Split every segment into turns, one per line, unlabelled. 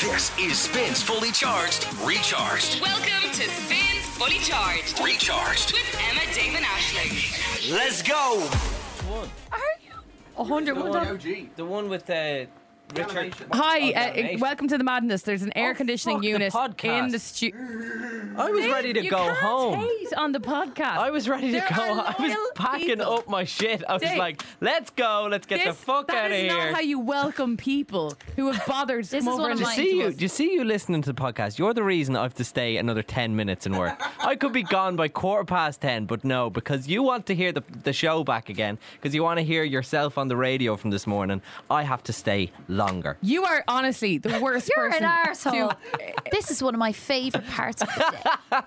This is Spins Fully Charged, Recharged,
Welcome to Spins Fully Charged
Recharged.
with Emma Damon Ashley.
Let's go!
A hundred. Well done.
The one with the Richard.
Hi,
Oh,
uh,
Dalmatian.
welcome to the madness. There's an air
Oh,
conditioning
fuck the
unit
podcast.
in the studio.
I was ready to
you
go
can't
home.
Hate on the podcast.
I was ready to
There
go.
are
I was
loyal
packing
people.
up my shit. I was
Dave,
like, let's go. Let's get the
This-
fuck
that
out of
is
here.
not how you welcome people who have bothered to
is
come over
one
and
of
listen to
mine.
see you.
us.
Do you see you listening to the podcast? You're the reason I have to stay another 10 minutes and work. I could be gone by quarter past 10, but no, because you want to hear the, the show back again, because you want to hear yourself on the radio from this morning. I have to stay longer.
You are honestly the worst
You're an
person.
arsehole.
to-
this is one of my favourite parts of the day.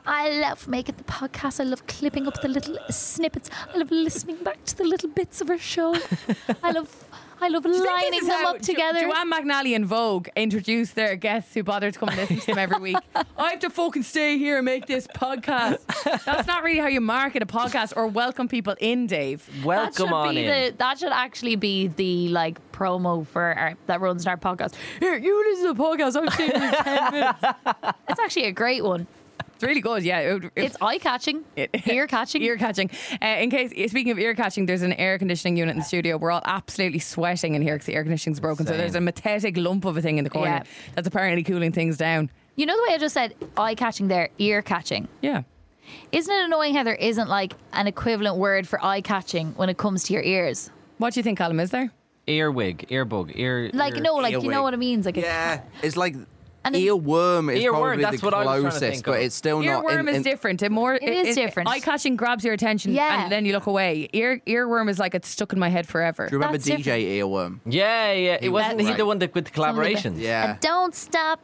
I love making the podcast. I love clipping up the little snippets. I love listening back to the little bits of our show. I love, I love
Do you think this
lining
is
them
how
up together.
Jo- Joanne McNally and Vogue introduce their guests who bother to come and listen to them every week. I have to fucking stay here and make this podcast. That's not really how you market a podcast or welcome people in, Dave.
that should
Welcome on
be
in.
the that should actually be the like promo for our, that runs our podcast. Here, you listen to the podcast. I'm staying here ten minutes. It's actually a great one.
It's really good. Yeah, it would- it-
It's eye catching, ear catching.
Ear catching. Uh, in case, speaking of ear catching, there's an air conditioning unit in the studio. We're all absolutely sweating in here because the air conditioning's broken. So
Same.
there's a methetic lump of a thing in the corner
Yeah.
that's apparently cooling things down.
You know the way I just said eye catching there, ear catching.
Yeah.
Isn't it annoying how there isn't like an equivalent word for eye catching when it comes to your ears?
What do you think, Colin? Is there?
Earwig, earbug, ear.
Like
ear-
no, like you know
earwig.
what I mean? It's Like a-
Yeah, it's like
And it-
earworm is
Earworm,
probably
that's
the
what I was trying to
closest,
think
but
of.
it's still not.
Earworm
in-
is
in-
different. It more
is different.
Eye catching grabs your attention,
Yeah.
and then you look away. Ear earworm is like it's stuck in my head forever.
Do you remember
That's
DJ Earworm?
Yeah, yeah. It wasn't he
Right.
the one that with the collaborations?
Yeah.
And don't stop.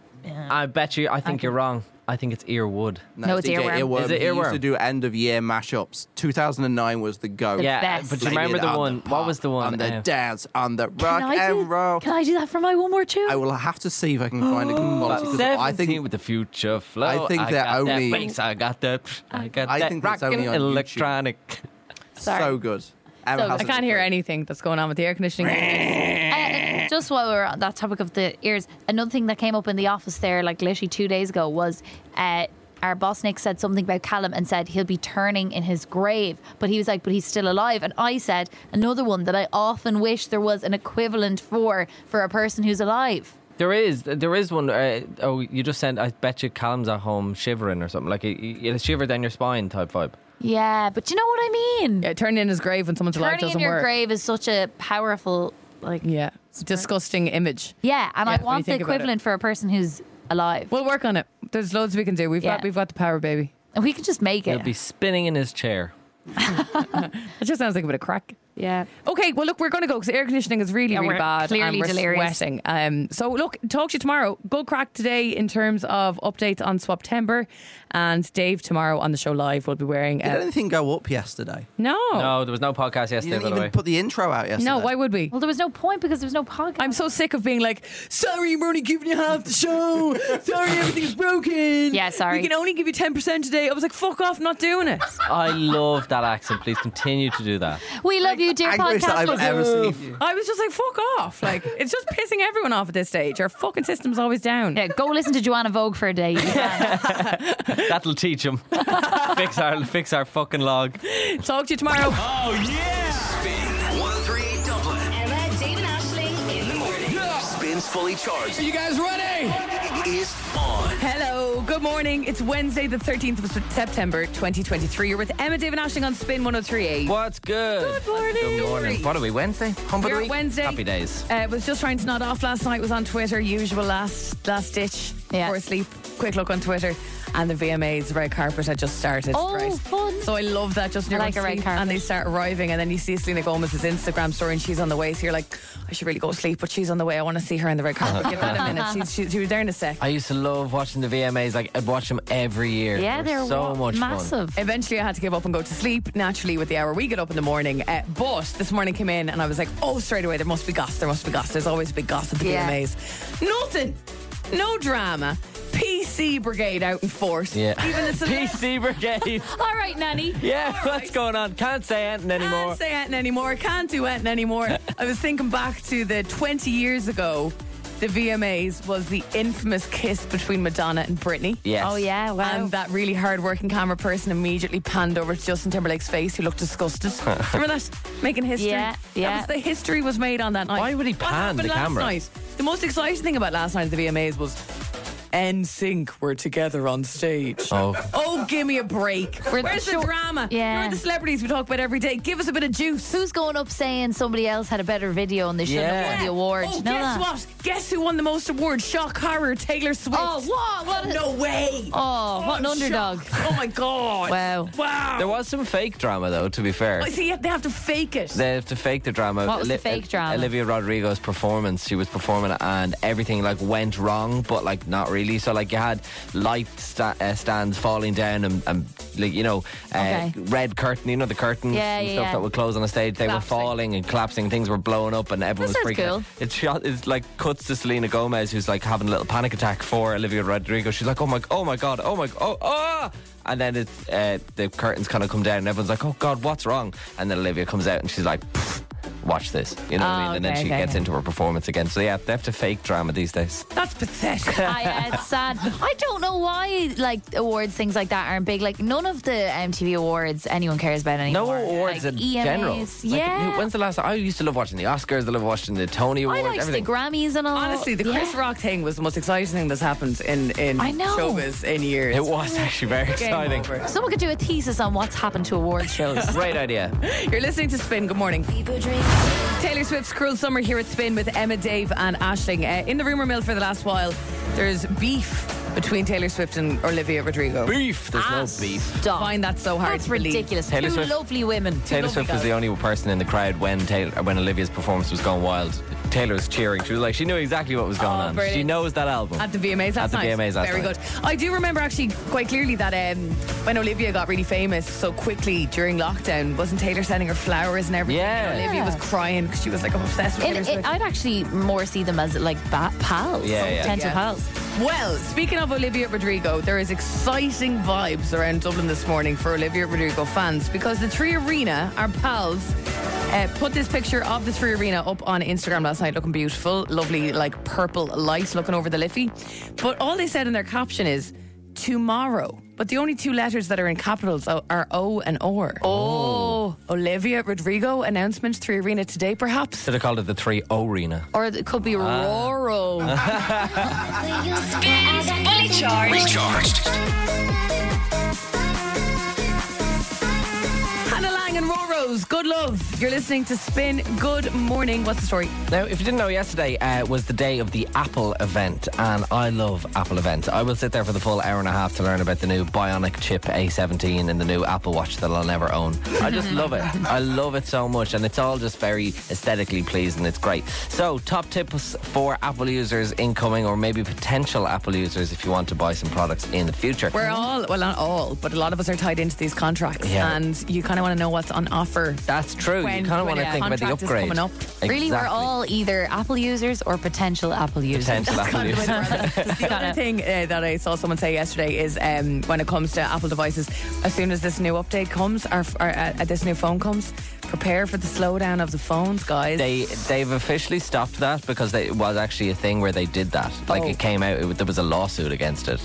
I bet you. I think you're wrong. I think it's earwood.
No, it's
DJ
Earworm.
Is it
He used to
Earworm?
do end of year mashups. 2009 was the go.
yeah,
best.
but do you
Blame
remember
it
the
on
one? what
pop,
was the one?
On the
uh,
dance, on the rock
Can I, do,
and roll.
can I do that for my one more tune?
I will have to see if I can find a quality. 'cause I
17
think
with the future flow.
I think
I
they're
got that
only-
bass, I got that. I got
I
that
think that's
rockin'
only on YouTube.
electronic.
Sorry.
so good. Emma
So good.
has
I
it
can't hear
great.
anything that's going on with the air conditioning.
Uh, just while we were on that topic of the ears, another thing that came up in the office there, like literally two days ago, was uh, our boss Nick said something about Callum and said he'll be turning in his grave, but he was like, but he's still alive. And I said another one that I often wish there was an equivalent for for a person who's alive.
There is, there is one. Uh, oh, you just sent. I bet you Calm's at home shivering or something like it, it, shiver down your spine type vibe.
Yeah, but you know what I mean.
yeah, turning in his grave when someone's life
turning
doesn't
in your
work.
grave is such a powerful, like, yeah.
Yeah, it's a disgusting image.
and
Yeah,
I
when you
want the
think about it.
equivalent for a person who's alive.
We'll work on it. There's loads we can do. We've got
Yeah.
we've got the power, baby.
and we can just make
He'll
it.
be spinning in his chair.
That just sounds like a bit of crack.
yeah.
Okay, well, look, we're going to go because air conditioning is really,
Yeah,
really
we're
bad. and
clearly
we're
delirious.
sweating. Um, so, look, talk to you tomorrow. Good crack today in terms of updates on Swaptember. And Dave, tomorrow on the show live, will be wearing.
Did
Uh,
anything go up yesterday?
no.
No, there was no podcast
Oh. You
yesterday.
didn't
By the way,
even put the intro out yesterday.
No, why would we?
Well, there was no point because there was no podcast.
I'm so sick of being like, sorry, we're only giving you half the show. Sorry, everything's broken.
Yeah, sorry.
We can only give you 10% today. I was like, fuck off, not doing it.
I love that accent. Please continue to do that.
We love you, dear
Anguish that
podcast.
I've ever
listeners.
seen.
I was just like, fuck off. Like, it's just pissing everyone off at this stage. Our fucking system's always down.
Yeah, go listen to Joanna Vogue for a day.
That'll teach him. fix our, fix our fucking log.
Talk to you tomorrow.
Oh, yeah! Spin 103 Dublin.
Emma Damon Ashley in the morning.
Spins Fully Charged
You guys ready?
is on.
Hello, good morning. It's Wednesday, the 13th of Se- September, 2023. You're with Emma David Ashing on Spin 1038.
What's good?
Good morning.
Good morning. What are we, Wednesday? Hump of the
We're at
week?
Wednesday.
Happy days.
Uh, was just trying to nod off last night. Was on Twitter, usual last last ditch
Yeah.
before sleep. Quick look on Twitter, and the VMAs the red carpet had just started.
Oh,
right?
fun.
So I love that. Just
I
near
like a red carpet.
and they start arriving, and then you see Selena Gomez's Instagram story, and she's on the way. So you're like, I should really go sleep, but she's on the way. I want to see her on the red
Uh-huh.
carpet. Give that a minute. She's, she, she was there in a sec.
I used to love watching the VMAs. Like I'd watch them every year.
yeah,
they
they're
were so much fun.
massive.
Eventually, I had to give up and go to sleep naturally with the hour we get up in the morning. Uh, but this morning came in and I was like, oh, straight away, there must be gossip. There must be gossip. There's always a big gossip at the
Yeah.
VMAs. Nothing. No drama. PC Brigade out in force.
Yeah.
Even the celebrities
PC Brigade.
All right, nanny.
Yeah,
All
what's
right.
going on? Can't say anything anymore.
can't say anything anymore. Can't do anything anymore. I was thinking back to the 20 years ago the VMAs was the infamous kiss between Madonna and Britney.
Yes.
Oh yeah, wow.
And that really hard-working camera person immediately panned over to Justin Timberlake's face, who looked disgusted. Remember that making history?
Yeah, yeah.
That was, the history was made on that night.
Why would he
What
pan
happened
the
last
camera?
Night? The most exciting thing about last night at the VMAs was NSYNC were together on stage.
Oh.
Oh, give me a break.
We're-
Where's the
sure.
drama?
Yeah.
You're the celebrities we talk about every day. Give us a bit of juice.
Who's going up saying somebody else had a better video and they shouldn't
Yeah.
have won the award?
Oh,
You know
guess
that?
what? Guess who won the most awards? Shock horror, Taylor Swift.
Oh, what? What? a-
No way.
Oh, what an
I'm
underdog.
shocked. Oh my god.
Wow.
Wow.
There was some fake drama though. To be fair,
I Oh, see they have to fake it.
They have to fake the drama.
What was the
Oli-
fake drama?
Olivia Rodrigo's performance. She was performing and everything like went wrong, but like not really. So like you had light sta- uh, stands falling down and, and like you know uh,
Okay.
red curtain. You know the curtains
Yeah,
and
yeah,
stuff
yeah.
that would close on a stage. They
Collapsing.
were falling and collapsing. Things were blowing up and everyone
That
was freaking.
sounds
out. It shot. It's like cuts to Selena Gomez who's like having a little panic attack for Olivia Rodrigo. She's like, oh my, oh my god, oh my, oh ah. And then it's uh, the curtains kind of come down, and everyone's like, "Oh God, what's wrong?" And then Olivia comes out, and she's like, "Pfft, "Watch this," you know what I
Oh,
mean? And then
okay,
she
okay,
gets
okay.
into her performance again. So yeah, they have to fake drama these days.
That's pathetic.
I, uh, it's sad. I don't know why like awards things like that aren't big. Like none of the MTV awards anyone cares about
No
anymore.
awards
like,
in
EMAs.
general. Like,
yeah.
when's the last? I used to love watching the Oscars. I love watching the Tony
I
Awards.
liked
everything.
the Grammys and all.
Honestly, the Chris
Yeah.
Rock thing was the most exciting thing that's happened in in
I know.
showbiz in years.
it was actually very
Game
exciting.
over.
Someone could do a thesis on what's happened to award shows.
Great idea.
You're listening to Spin. Good morning. Taylor Swift's Cruel Summer here at Spin with Emma, Dave, and Ashling. Uh, in the rumor mill for the last while, there's beef between Taylor Swift and Olivia Rodrigo.
beef. There's
Ah,
no beef.
Stop.
Find that so hard
That's
to believe.
ridiculous.
Taylor
Two
Swift-
lovely women.
Taylor
lovely
Swift was
guy.
the only person in the crowd when Taylor when Olivia's performance was going wild. Taylor was cheering. She was like, she knew exactly what was going
Oh,
on.
brilliant.
She knows that album.
At the VMAs
At
last
the
night.
VMAs last
Very
night.
good. I do remember actually quite clearly that um, when Olivia got really famous so quickly during lockdown, wasn't Taylor sending her flowers and everything?
Yeah.
And Olivia was crying because she was like, I'm obsessed with
It,
Taylor
it,
Swift.
I'd actually more see them as like ba- pals,
Yeah, yeah.
potential
Yeah.
pals.
well, speaking of Olivia Rodrigo, there is exciting vibes around Dublin this morning for Olivia Rodrigo fans because the Tree Arena, our pals, uh, put this picture of the Tree Arena up on Instagram last night, looking beautiful, lovely, like purple light looking over the Liffey. But all they said in their caption is tomorrow. But the only two letters that are in capitals are- are O and OR. Oh. Olivia Rodrigo announcement Tree Arena today, perhaps.
Should have called it the Three O Arena.
Or it could be Roro.
Spins Fully Charged.
Recharged.
Hannah Lang and Roros, good love. You're listening to Spin. Good morning. What's the story?
Now, if you didn't know, yesterday uh, was the day of the Apple event, and I love Apple events. I will sit there for the full hour and a half to learn about the new Bionic chip A17 and the new Apple Watch that I'll never own. I just love it. I love it so much, and it's all just very aesthetically pleasing. It's great. So, top tips for Apple users incoming, or maybe potential Apple users if you want to buy some products in the future.
We're all, well, not all, but a lot of us are tied into these contracts,
Yeah.
and you kind of want to know what's on offer.
That's true.
When-
you kind of
when
want to
a
think about the
contract is
upgrade.
coming up.
Really, we're
Exactly.
all either Apple users or potential Apple users.
potential Apple
Kind of
users.
went around that. the other thing uh, that I saw someone say yesterday is um, when it comes to Apple devices, as soon as this new update comes, or, or uh, this new phone comes, prepare for the slowdown of the phones, guys.
They they've officially stopped that because they, it was actually a thing where they did that. Like
Oh.
it came out, it, there was a lawsuit against it.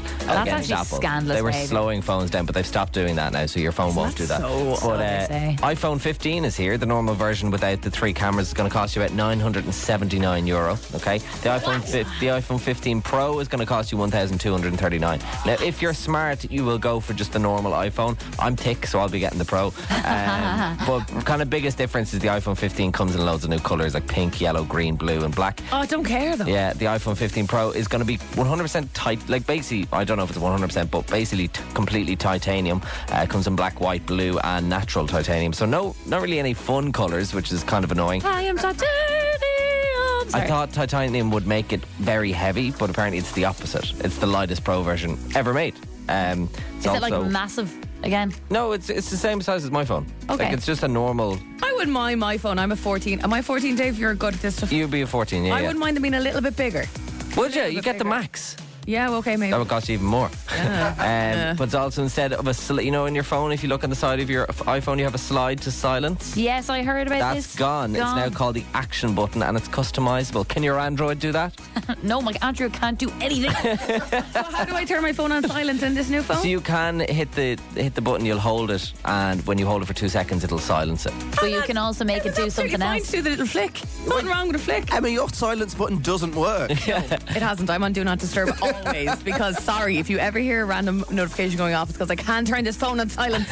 against
that's actually
Apple.
scandalous
They were
behaviour.
slowing phones down, but they've stopped doing that now, so your phone won't do that.
so
but
they
uh,
say.
iPhone 15 is here. The normal version without the three cameras is going to cost you about 979 euro. Okay, the iPhone fif- the iPhone 15 Pro is going to cost you 1,239. Now, if you're smart, you will go for just the normal iPhone. I'm thick, so I'll be getting the Pro. Um, but kind of biggest difference is the iPhone 15 comes in loads of new colours like pink, yellow, green, blue, and black.
oh, I don't care though.
Yeah, the iPhone 15 Pro is going to be 100% tight. Like, basically, I don't know if it's 100%, but basically t- completely titanium. Uh, it comes in black, white, blue, and natural titanium. So, no, not really any fun colors, which is kind of annoying.
Oh,
I am titanium.
I
Sorry.
thought titanium would make it very heavy, but apparently it's the opposite. It's the lightest Pro version ever made. Um,
Is it like massive again?
No, it's it's the same size as my phone.
Okay.
Like, it's just a normal.
I wouldn't mind my phone. I'm a 14. Am I 14, Dave? You're good at this stuff.
You'd be a 14, yeah.
I
yeah.
wouldn't mind them being a little bit bigger.
Would you?
little
You
bit
get the
bigger.
max.
Yeah, well, okay, maybe.
That would cost you even more. Um, But it's also instead of a, sli- you know, in your phone, if you look on the side of your f- iPhone, you have a slide to silence.
Yes, I heard about
That's
this.
gone. It's now called the action button and it's customizable. Can your Android do that?
No, my Andrew can't do anything.
How do I turn my phone on silent in this new
Oh.
phone?
So you can hit the hit the button, you'll hold it, and when you hold it for two seconds, it'll silence it.
but you can also make it do something
fine
else.
To do the little flick. Nothing wrong with a flick.
Emma, your silence button doesn't work.
It hasn't. I'm on Do Not Disturb always because, sorry, if you ever hear a random notification going off, it's because I can't turn this phone on silent.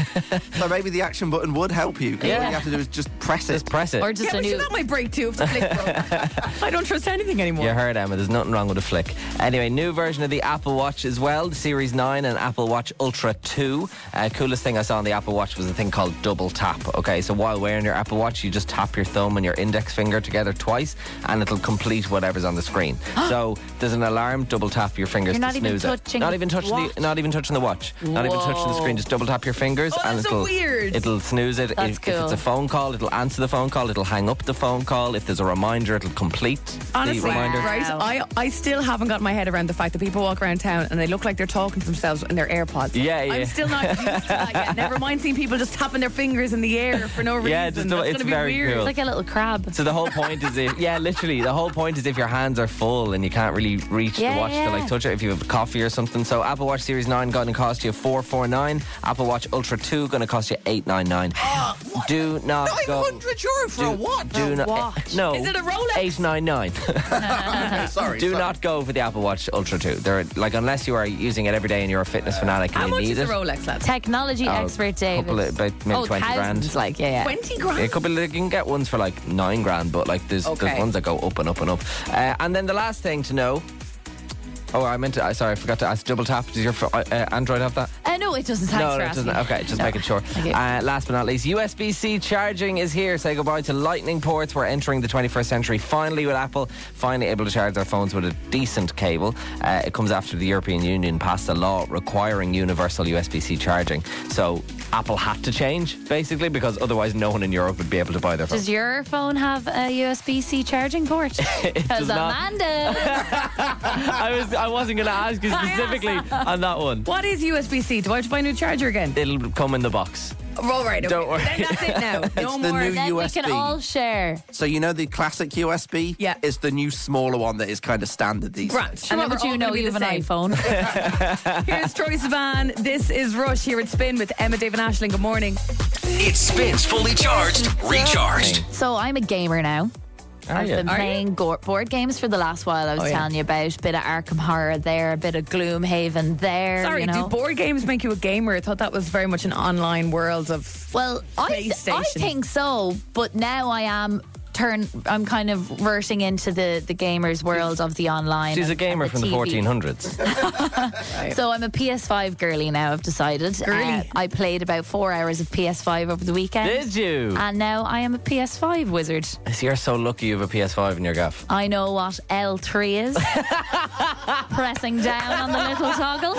so maybe the action button would help you. 'cause All
Yeah.
you have to do is just press it.
Just press it.
Or just
yeah,
a
but you
new.
got my break too if the flick broke. I don't trust anything anymore.
You heard Emma, there's nothing wrong with a flick. Anyway, new version of the Apple Watch as well, the Series 9 and Apple Watch Ultra 2. Uh, coolest thing I saw on the Apple Watch was a thing called double tap. Okay, so while wearing your Apple Watch, you just tap your thumb and your index finger together twice and it'll complete whatever's on the screen. so there's an alarm, double tap your fingers
You're
to
not even
snooze
touching
it. Not
the
even touching
watch?
the not even touching the watch. Not even touching the screen, just double tap your fingers
Oh,
and
that's so
it'll
weird.
it'll snooze it.
That's
if, if
cool.
it's a phone call, it'll answer the phone call, it'll hang up the phone call. If there's a reminder, it'll complete the
Honestly,
reminder.
right?
Wow.
I, I still haven't got my head around the fact that people walk around town and they look like they're talking to themselves in their AirPods.
Yeah, yeah.
I'm still not used to that yet. Never mind seeing people just tapping their fingers in the air for no reason.
Yeah, just the-
That's
it's
gonna be
very
weird.
cool.
It's like a little crab.
So the whole point is if yeah, literally the whole point is if your hands are full and you can't really reach
Yeah,
the watch
yeah.
to like touch it if you have coffee or something. So Apple Watch Series Nine going to cost you four four nine. Apple Watch Ultra Two going to cost you eight nine nine. Do not go.
900 euro for
Do,
a what?
do not eh,
watch?
no.
Is it a Rolex?
Eight nine nine.
Okay, sorry.
do
sorry.
not go for the Apple Watch Ultra Two. They're like unless you are using it every day and you're a fitness fanatic and
How
you
much
need
is
it.
a Rolex, lads?
Technology
Oh,
expert David.
couple of- about maybe
oh,
20 grand.
thousands, like yeah, yeah.
20 grand?
It could be you can get ones for like nine grand, but like there's
Okay.
there's ones that go up and up and up. Uh, and then the last thing to know. Oh, I meant to. I Sorry, I forgot to ask. Double tap. Does your pho- uh, uh, Android have that?
Uh, no, it doesn't. Thanks
no,
for
no, it
asking.
doesn't. Okay, just making sure.
you.
Uh, last but not least, USB C charging is here. Say goodbye to lightning ports. We're entering the 21st century finally with Apple finally able to charge their phones with a decent cable. Uh, it comes after the European Union passed a law requiring universal USB C charging. So Apple had to change, basically, because otherwise no one in Europe would be able to buy their phone.
Does your phone have a USB C charging port? Because
does not.
Amanda.
I, was, I wasn't going to ask you specifically on that one.
What is USB C? Do I have to buy a new charger again?
It'll come in the box.
All right, okay.
Don't worry.
Then that's it now. No
the
more.
new
then we
USB.
can all share.
So you know the classic USB?
Yeah.
It's the new smaller one that is kind of standard these
Grant.
days.
And then
What would
we're all
you know
gonna be
you
the
have an
same.
iPhone?
Here's Troy Sivan. This is Rush here at Spin with Emma, David, and Ashling. Good morning.
It spins fully charged, recharged.
so I'm a gamer now.
Oh,
I've been
Are you?
playing go- board games for the last while. I was
Oh, yeah.
telling you about a bit of Arkham Horror there, a bit of Gloomhaven there.
Sorry,
you know?
do board games make you a gamer? I thought that was very much an online world of.
Well, I, th- I
PlayStation.
think so, but now I am turn. I'm kind of verting into the the gamers world of the online.
She's a
and- and
gamer from the
TV.
1400s.
So I'm a PS5 girly now. I've decided. Uh,
Girly.
I played about four hours of PS5 over the weekend.
Did you?
And now I am a PS5 wizard.
So you're so lucky you have a PS5 in your gaff.
I know what L3 is. Pressing down on the little toggle.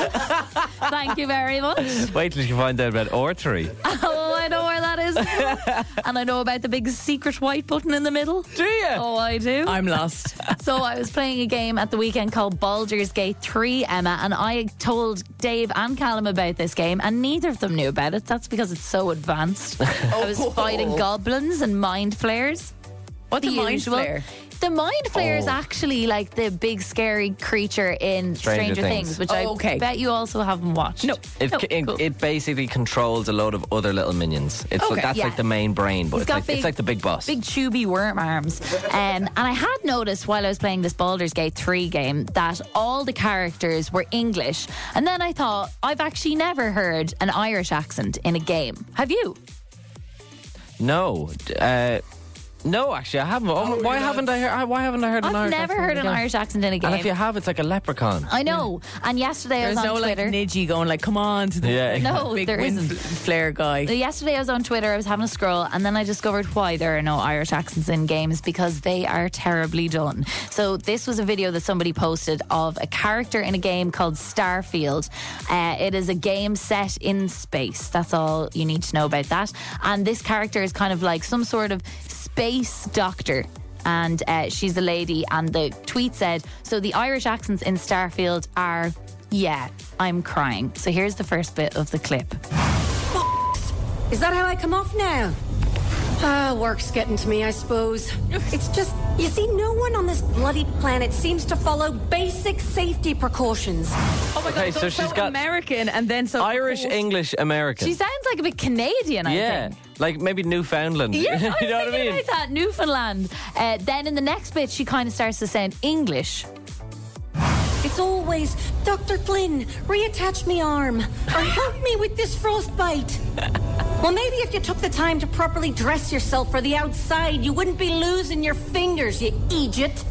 Thank you very much.
Wait till you find out about Oratory.
Oh, I know where that is. and I know about the big secret white button in the middle.
Do you?
Oh, I do.
I'm lost.
So I was playing a game at the weekend called Baldur's Gate 3, Emma, and I told Dave and Callum about this game, and neither of them knew about it. That's because it's so advanced. I was fighting goblins and mind flayers.
What Oh. the, mind
usual.
flare?
The mind flare is
Oh.
actually like the big scary creature in Stranger,
Stranger
Things.
Things.
which I
Oh, okay.
bet you also haven't watched.
No.
It,
Oh,
it,
cool.
it basically controls a load of other little minions. It's
Okay.
like, that's
Yeah.
like the main brain, but
He's
it's
got
like,
big-
it's like the big boss.
big chubby worm arms. Um, and I had noticed while I was playing this Baldur's Gate 3 game that all the characters were English. And then I thought, I've actually never heard an Irish accent in a game. Have you?
No, d- uh, no, actually, I haven't. Oh, why haven't I heard? I- Why haven't I heard an
I've
Irish?
never
accent
heard an
again?
Irish accent Oh in a
And if you
game.
have, it's like a leprechaun.
I know. And yesterday
There's
I was
no
on
like
Twitter.
Nidji going like, come on to the
Yeah.
No,
big
there
wind
isn't.
flare guy.
Uh, Yesterday I was on Twitter, I was having a scroll, and then I discovered why there are no Irish accents in games because they are terribly done. So, this was a video that somebody posted of a character in a game called Starfield. Uh, it is a game set in space. That's all you need to know about that. And this character is kind of like some sort of space doctor. and uh, she's the lady. And the tweet said, "So the Irish accents in Starfield are." Yeah, I'm crying. So here's the first bit of the clip.
Is that how I come off now? Ah, work's getting to me, I suppose. It's just, you see, no one on this bloody planet seems to follow basic safety precautions.
Oh my
Okay,
god, so,
so
she's
she's got
American and then so
Irish,
coarse.
English, American.
She sounds like a bit Canadian, I
yeah,
think.
like maybe Newfoundland.
Yes, I was
you know what I
thinking
mean?
about that Newfoundland. Uh, then in the next bit, she kind of starts to sound English.
It's always, Dr. Flynn, reattach me arm, or help me with this frostbite. Well, maybe if you took the time to properly dress yourself for the outside, you wouldn't be losing your fingers, you Egypt.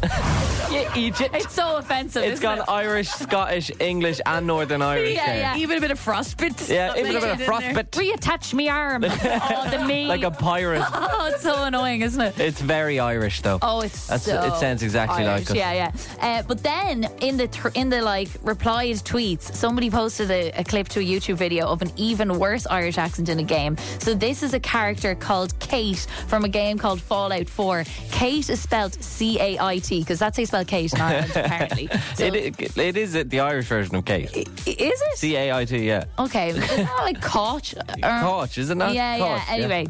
Yeah, Egypt.
It's so offensive.
it's
isn't
gone
it?
Irish, Scottish, English, and Northern Irish.
Yeah,
there.
yeah.
Even a bit of frostbite.
Yeah, even a bit of
Something in there.
frostbite,
Reattach me arm. oh, the me.
like a pirate.
oh, it's so annoying, isn't it?
It's very Irish, though.
Oh, it's
That's-
so
it sounds exactly
Irish.
like us.
Yeah, yeah. Uh, but then in the tr- in the like replied tweets, somebody posted a, a clip to a YouTube video of an even worse Irish accent in a game. So this is a character called Kate from a game called Fallout 4. Kate is spelled C A I T because that's how you spell Kate in Ireland apparently. So
It, i- it is the Irish version of Kate.
i- is it?
C A I T, yeah.
okay, is that like Koch? Um,
Koch, isn't it?
Yeah,
Koch,
yeah. Anyway,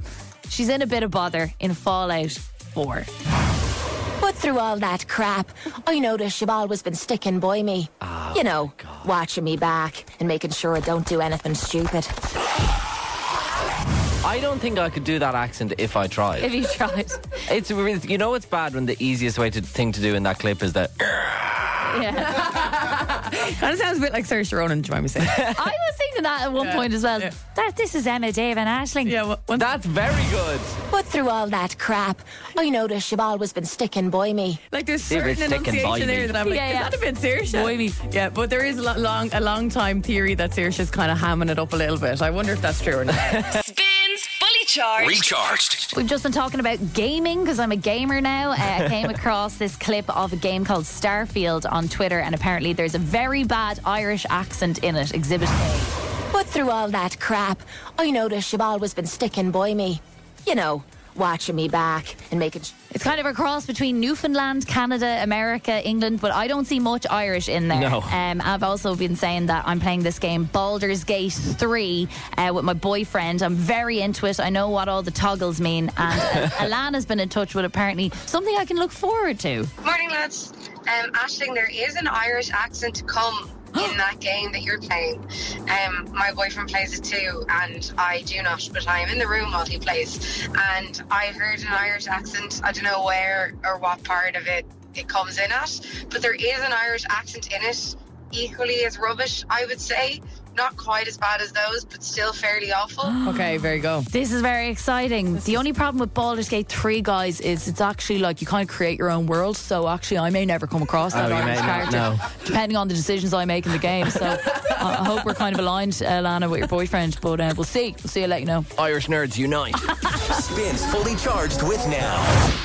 she's in a bit of bother in Fallout 4.
But through all that crap, I notice you've always been sticking by me. you know, watching me back and making sure I don't do anything stupid.
I don't think I could do that accent if I tried.
If you tried,
It's you know it's bad when the easiest way to thing to do in that clip is that
yeah.
Kind of sounds a bit like Saoirse Ronan, do you mind me saying?
I was thinking that at one
Yeah,
point as well.
yeah.
That this is Emma, Dave, and Ashling.
yeah, well, one-
that's very good.
But through all that crap, I notice you've always been sticking by me.
like there's
Yeah, but it's
certain
sticking by
enunciation
me.
there that I'm like,
Yeah, yeah.
is that a bit Saoirse?
Boy me.
Yeah, but there is a lo- long, a long time theory that Saoirse's kind of hamming it up a little bit. I wonder if that's true or not.
Spins Fully Charged.
Recharged.
We've just been talking about gaming because I'm a gamer now. Uh, I came across this clip of a game called Starfield on Twitter, and apparently there's a very bad Irish accent in it. Exhibit A.
But through all that crap, I notice you've always been sticking by me. You know, watching me back and making. Sh-
It's kind of a cross between Newfoundland, Canada, America, England, but I don't see much Irish in there.
No.
Um, I've also been saying that I'm playing this game, Baldur's Gate 3, uh, with my boyfriend. I'm very into it. I know what all the toggles mean. And uh, Alana's been in touch with apparently something I can look forward to.
Morning, lads. Um, Ashling, there is an Irish accent to come in that game that you're playing. Um, my boyfriend plays it too, and I do not, but I am in the room while he plays. And I heard an Irish accent. I don't know where or what part of it it comes in at, but there is an Irish accent in it, equally as rubbish, I would say. Not quite as bad as those, but still fairly awful.
okay, there you go.
This is very exciting. the only problem with Baldur's Gate 3, guys, is it's actually like you kind of create your own world. So actually, I may never come across that
Oh, you
Irish
may not,
character,
no.
depending on the decisions I make in the game. So I I hope we're kind of aligned, Alana, with your boyfriend. But uh, we'll see. We'll see you later. No.
Irish nerds unite.
Spins fully charged with now.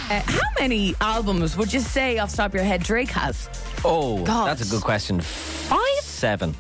Uh, how many albums would you say off the top of your head Drake has?
oh,
God.
that's a good question.
Five.
Seven.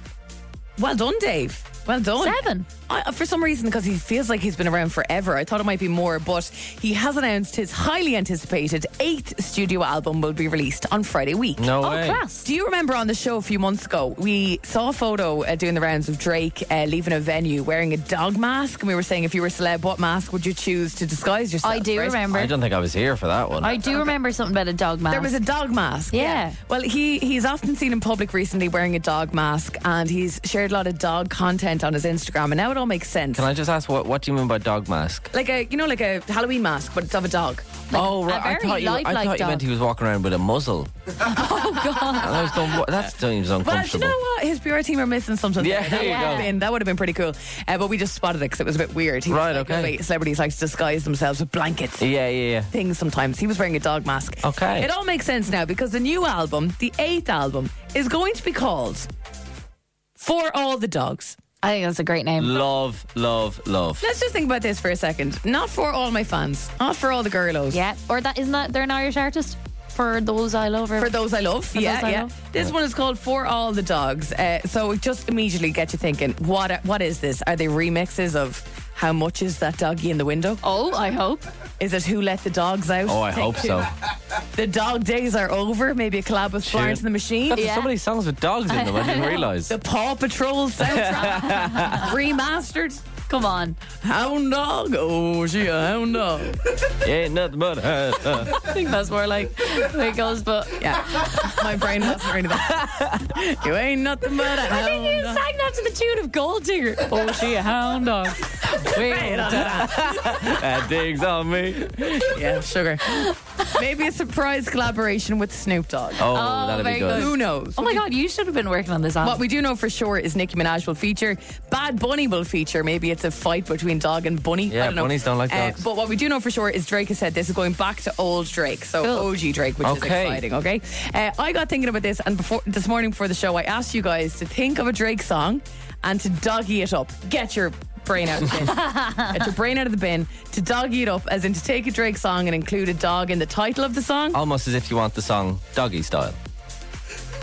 Well done, Dave. Well done.
Seven.
I, uh, for some reason, because he feels like he's been around forever, I thought it might be more, but he has announced his highly anticipated eighth studio album will be released on Friday week.
No
Oh,
way.
class.
Do you remember on the show a few months ago, we saw a photo uh, doing the rounds of Drake uh, leaving a venue wearing a dog mask? And we were saying, if you were a celeb, what mask would you choose to disguise yourself?
I do
right?
remember.
I
I,
don't think I was here for that one.
do remember something about a dog mask.
There was a dog mask.
Yeah.
Well, he he's often seen in public recently wearing a dog mask, and he's shared a lot of dog content on his Instagram. And now it all makes sense.
Can I just ask what what do you mean by dog mask?
like a you know like a Halloween mask, but it's of a dog.
oh,
a
I
very
thought, you, I
lifelike
thought you meant
dog.
he was walking around with a muzzle. oh God! I was done, that seems
Well, do you
uncomfortable.
know what? His PR team are missing something.
Yeah,
there.
there
That,
you
would have
go.
been, that would have been pretty cool. Uh, but we just spotted it because it was a bit weird. He was
Right,
like,
okay.
the way Celebrities like to disguise themselves with blankets.
yeah, yeah, yeah.
things sometimes. He was wearing a dog mask.
Okay.
It all makes sense now because the new album, the eighth album, is going to be called For All the Dogs.
I think that's a great name.
Love, love, love.
Let's just think about this for a second. Not for all my fans, not for all the girlos.
Yeah. Or that isn't that they're an Irish artist? For those I love. Or
For those I love. yeah,
those I
yeah.
love.
This one is called For All the Dogs. Uh, so it just immediately gets you thinking, what are- what is this? Are they remixes of how much is that doggy in the window?
Oh, I hope.
Is it who let the dogs out?
Oh, I
Take
hope
Two?
so.
The dog days are over. Maybe a collab with Florence and the Machine.
There's so many songs with dogs in them. I didn't realise.
The Paw Patrol soundtrack remastered.
Come on.
Hound dog. Oh, she a hound dog.
Ain't nothing but a- a-
I think that's more like the way it goes, but
Yeah, my brain wasn't really that. you ain't nothing but a
I think you
hound dog.
sang that to the tune of Gold Digger. Oh, she a hound dog. Wait,
that digs on me.
uh, Yeah, sugar. Maybe a surprise collaboration with Snoop Dogg.
Oh,
Oh,
that'd
very
be good.
good.
Who knows?
Oh my God, you should have been working on this album.
What we do know for sure is Nicki Minaj will feature. Bad Bunny will feature. Maybe it's a fight between dog and bunny.
Yeah,
I don't know. Uh,
bunnies don't like dogs.
but what we do know for sure is Drake has said this is going back to old Drake, so
Cool.
OG Drake, which
Okay.
is exciting. Okay, uh, I got thinking about this, and before this morning before the show, I asked you guys to think of a Drake song and to doggy it up. Get your brain out of the bin. Get your brain out of the bin. To doggy it up, as in to take a Drake song and include a dog in the title of the song.
Almost as if you want the song doggy style.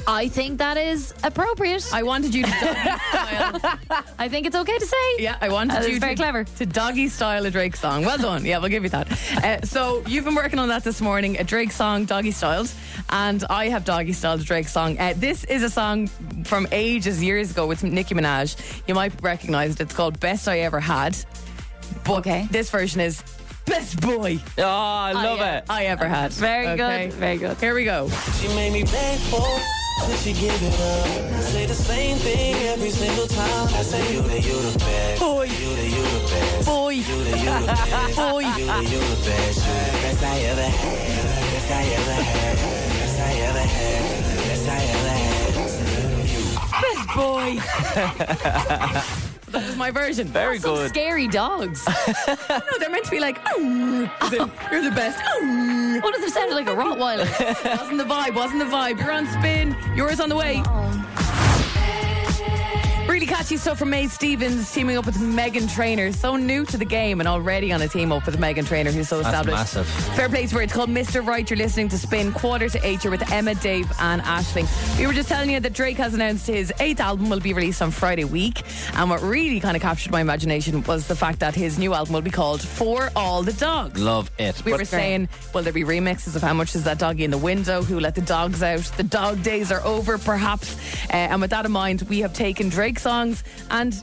I think that is appropriate. I,
I wanted you to doggy style
think it's okay to say.
Yeah, I wanted
That is
you
very
to,
clever.
to doggy style a Drake song. Well done. Yeah, we'll give you that. Uh, so you've been working on that this morning, a Drake song, doggy styled, and I have doggy styled a Drake song. Uh, this is a song from ages, years ago with Nicki Minaj. You might recognise it. It's called Best I Ever Had. But
Okay.
this version is Best Boy
Oh, I love
yeah.
it.
I Ever Had.
Very
Okay?
good. Very good.
Here we go.
She made me thankful that she give it up. Say the same thing every single time. I say you the you the best.
Boy.
You the you the best.
Boy.
You the you the best.
Boy.
You the you the best. You the best I ever had. Best I ever had. Best I ever had. Best I ever had. You.
Best Boy. That was my version.
Very
Some
good.
scary dogs.
No, they're meant to be like, "Oh," as in, you're the best. Oh.
One of them sounded like a Rottweiler.
Wasn't the vibe, wasn't the vibe. You're on spin, yours on the way. Really catchy stuff from Mae Stevens teaming up with Megan Trainer. So new to the game and already on a team up with Megan Trainer, who's so
That's
established.
massive.
Fair Play's where it's called Mr. Right. You're listening to Spin Quarter to Eight. You're with Emma, Dave, and Ashling. We were just telling you that Drake has announced his eighth album will be released on Friday week. And what really kind of captured my imagination was the fact that his new album will be called For All the Dogs.
Love it.
We
But
were saying, will there be remixes of how much is that doggy in the window? Who let the dogs out? The dog days are over, perhaps. Uh, and with that in mind, we have taken Drake songs and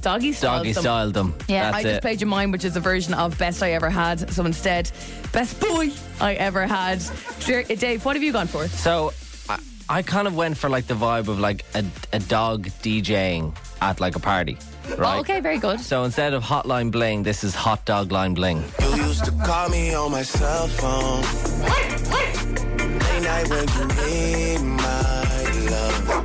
doggy style.
doggy
some-
styled them.
Yeah.
That's
I just
it.
played you mine, which is a version of Best I Ever Had. So instead, Best Boy I Ever Had. Dr- uh, Dave, what have you gone for?
So I, I kind of went for like the vibe of like a, a dog DJing at like a party. Right.
Oh, okay, very good.
So instead of hotline bling, this is hot dog line bling.
You used to call me on my cell phone. Late night when you need my love.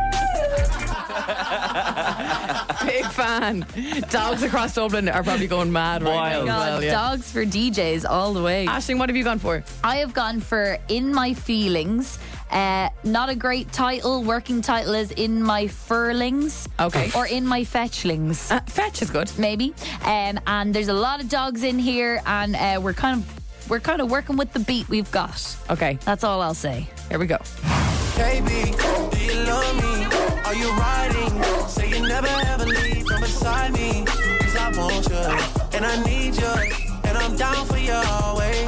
Big fan. Dogs across Dublin are probably going mad right
Wild.
now. as
God,
well, yeah.
Dogs for DJs all the way.
Ashling, what have you gone for?
I have gone for In My Feelings. Uh, not a great title. Working title is In My Furlings.
Okay.
Or In My Fetchlings,
Uh, fetch is good.
maybe. Um, and there's a lot of dogs in here, and uh, we're kind of we're kind of working with the beat we've got.
Okay,
That's all I'll say.
here we go.
Baby, do you love me? Are you riding? Say you never ever leave from beside me. Cause I want you, and I need you, and I'm down for you always.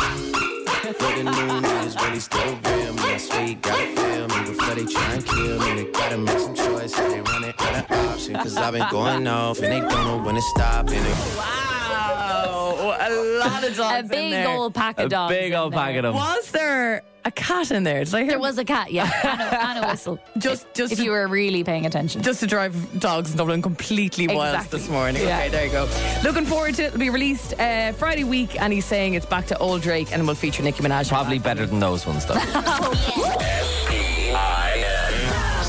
But the new is really still real. Me and Sweet gotta feel me before they try and kill me. They gotta make some choices. They running out of options. Cause I've been going off, and they don't know when to stop. And it
Wow, a lot of dogs.
a big
in there.
old pack of
A
dogs.
big
in
old
there.
packet of
Was there a cat in there? Did I hear?
There was a cat, yeah, and a, and a whistle.
Just- just
if
to-
you were really paying attention.
just to drive dogs in Dublin completely wild
Exactly.
this morning. Okay,
Yeah.
there you go. Looking forward to it. It'll be released uh, Friday week, and he's saying it's back to old Drake, and will feature Nicki Minaj.
Probably better than those ones though.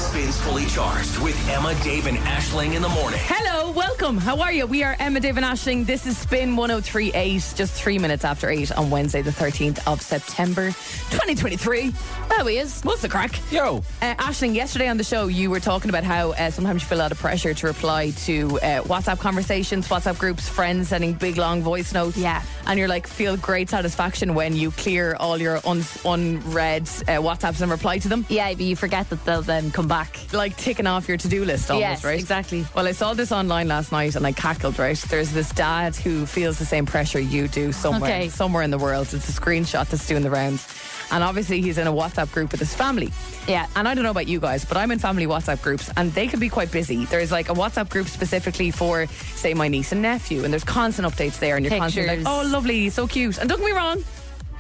spins fully charged with Emma, Dave, and Ashling in the morning.
Hello. welcome. How are you? We are Emma David Ashling. This is Spin 1038, just three minutes after eight on Wednesday, the 13th of September, 2023.
There he is.
What's the crack?
Yo.
Uh, Ashling, yesterday on the show, you were talking about how uh, sometimes you feel a lot of pressure to reply to uh, WhatsApp conversations, WhatsApp groups, friends sending big, long voice notes.
Yeah.
And you're like, feel great satisfaction when you clear all your un- unread uh, WhatsApps and reply to them.
Yeah, but you forget that they'll then come back.
Like ticking off your to do list almost,
Yes,
right?
exactly.
Well, I saw this online last night and I cackled, right? There's this dad who feels the same pressure you do somewhere,
Okay.
somewhere in the world. It's a screenshot that's doing the rounds. And obviously, he's in a WhatsApp group with his family.
Yeah.
And I don't know about you guys, but I'm in family WhatsApp groups and they can be quite busy. There's like a WhatsApp group specifically for, say, my niece and nephew, and there's constant updates there, and you're constantly like,
Pictures.
oh, lovely, so cute. And don't get me wrong,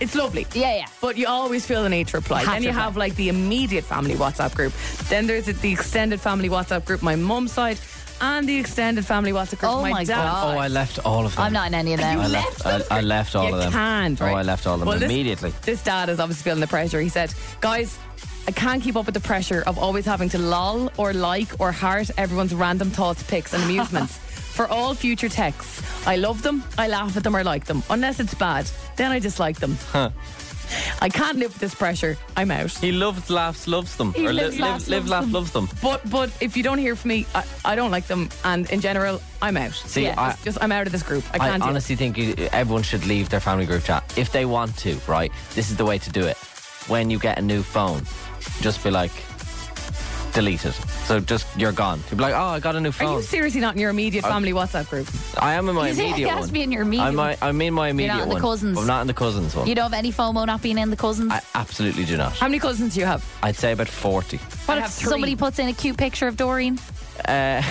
it's lovely.
Yeah, yeah.
But you always feel the need to reply.
Have
then
to
you
reply.
have like the immediate family WhatsApp group. Then there's the extended family WhatsApp group, my mum's side, and the extended family WhatsApp group,
Oh
my,
my
dad's
God.
Oh,
side.
I left all of them. Oh,
I'm not in any of them.
I left.
those
I, I left all
you
of them.
can't, right?
Oh, I left all of them
Well, this-
immediately.
This dad is obviously feeling the pressure. He said, guys, I can't keep up with the pressure of always having to lol or like or heart everyone's random thoughts, pics, and amusements. For all future texts, I love them, I laugh at them, or like them. Unless it's bad, then I dislike them. I can't live with this pressor. I'm out.
He loves, laughs, loves them.
He
or
lives, laughs,
live,
loves
laugh, loves them.
But but if you don't hear from me, I, I don't like them, and in general, I'm out.
See,
Yeah,
I,
It's just I'm out of this group. I
I
can't. do it.
honestly think you- everyone should leave their family group chat if they want to. Right? This is the way to do it. When you get a new phone, just be like, delete it. So just you're gone. You'll be like, oh, I got a new
Are
phone.
you seriously not in your immediate
Oh.
family WhatsApp group?
I am in my
You say it
immediate one.
has to be in your immediate
I'm, I, I'm in my immediate
in the
one.
cousins.
I'm not in the cousins one.
You don't have any FOMO not being in the cousins?
I absolutely do not.
How many cousins do you have?
I'd say about forty.
I
what if
have three.
somebody puts in a cute picture of Doreen?
Oh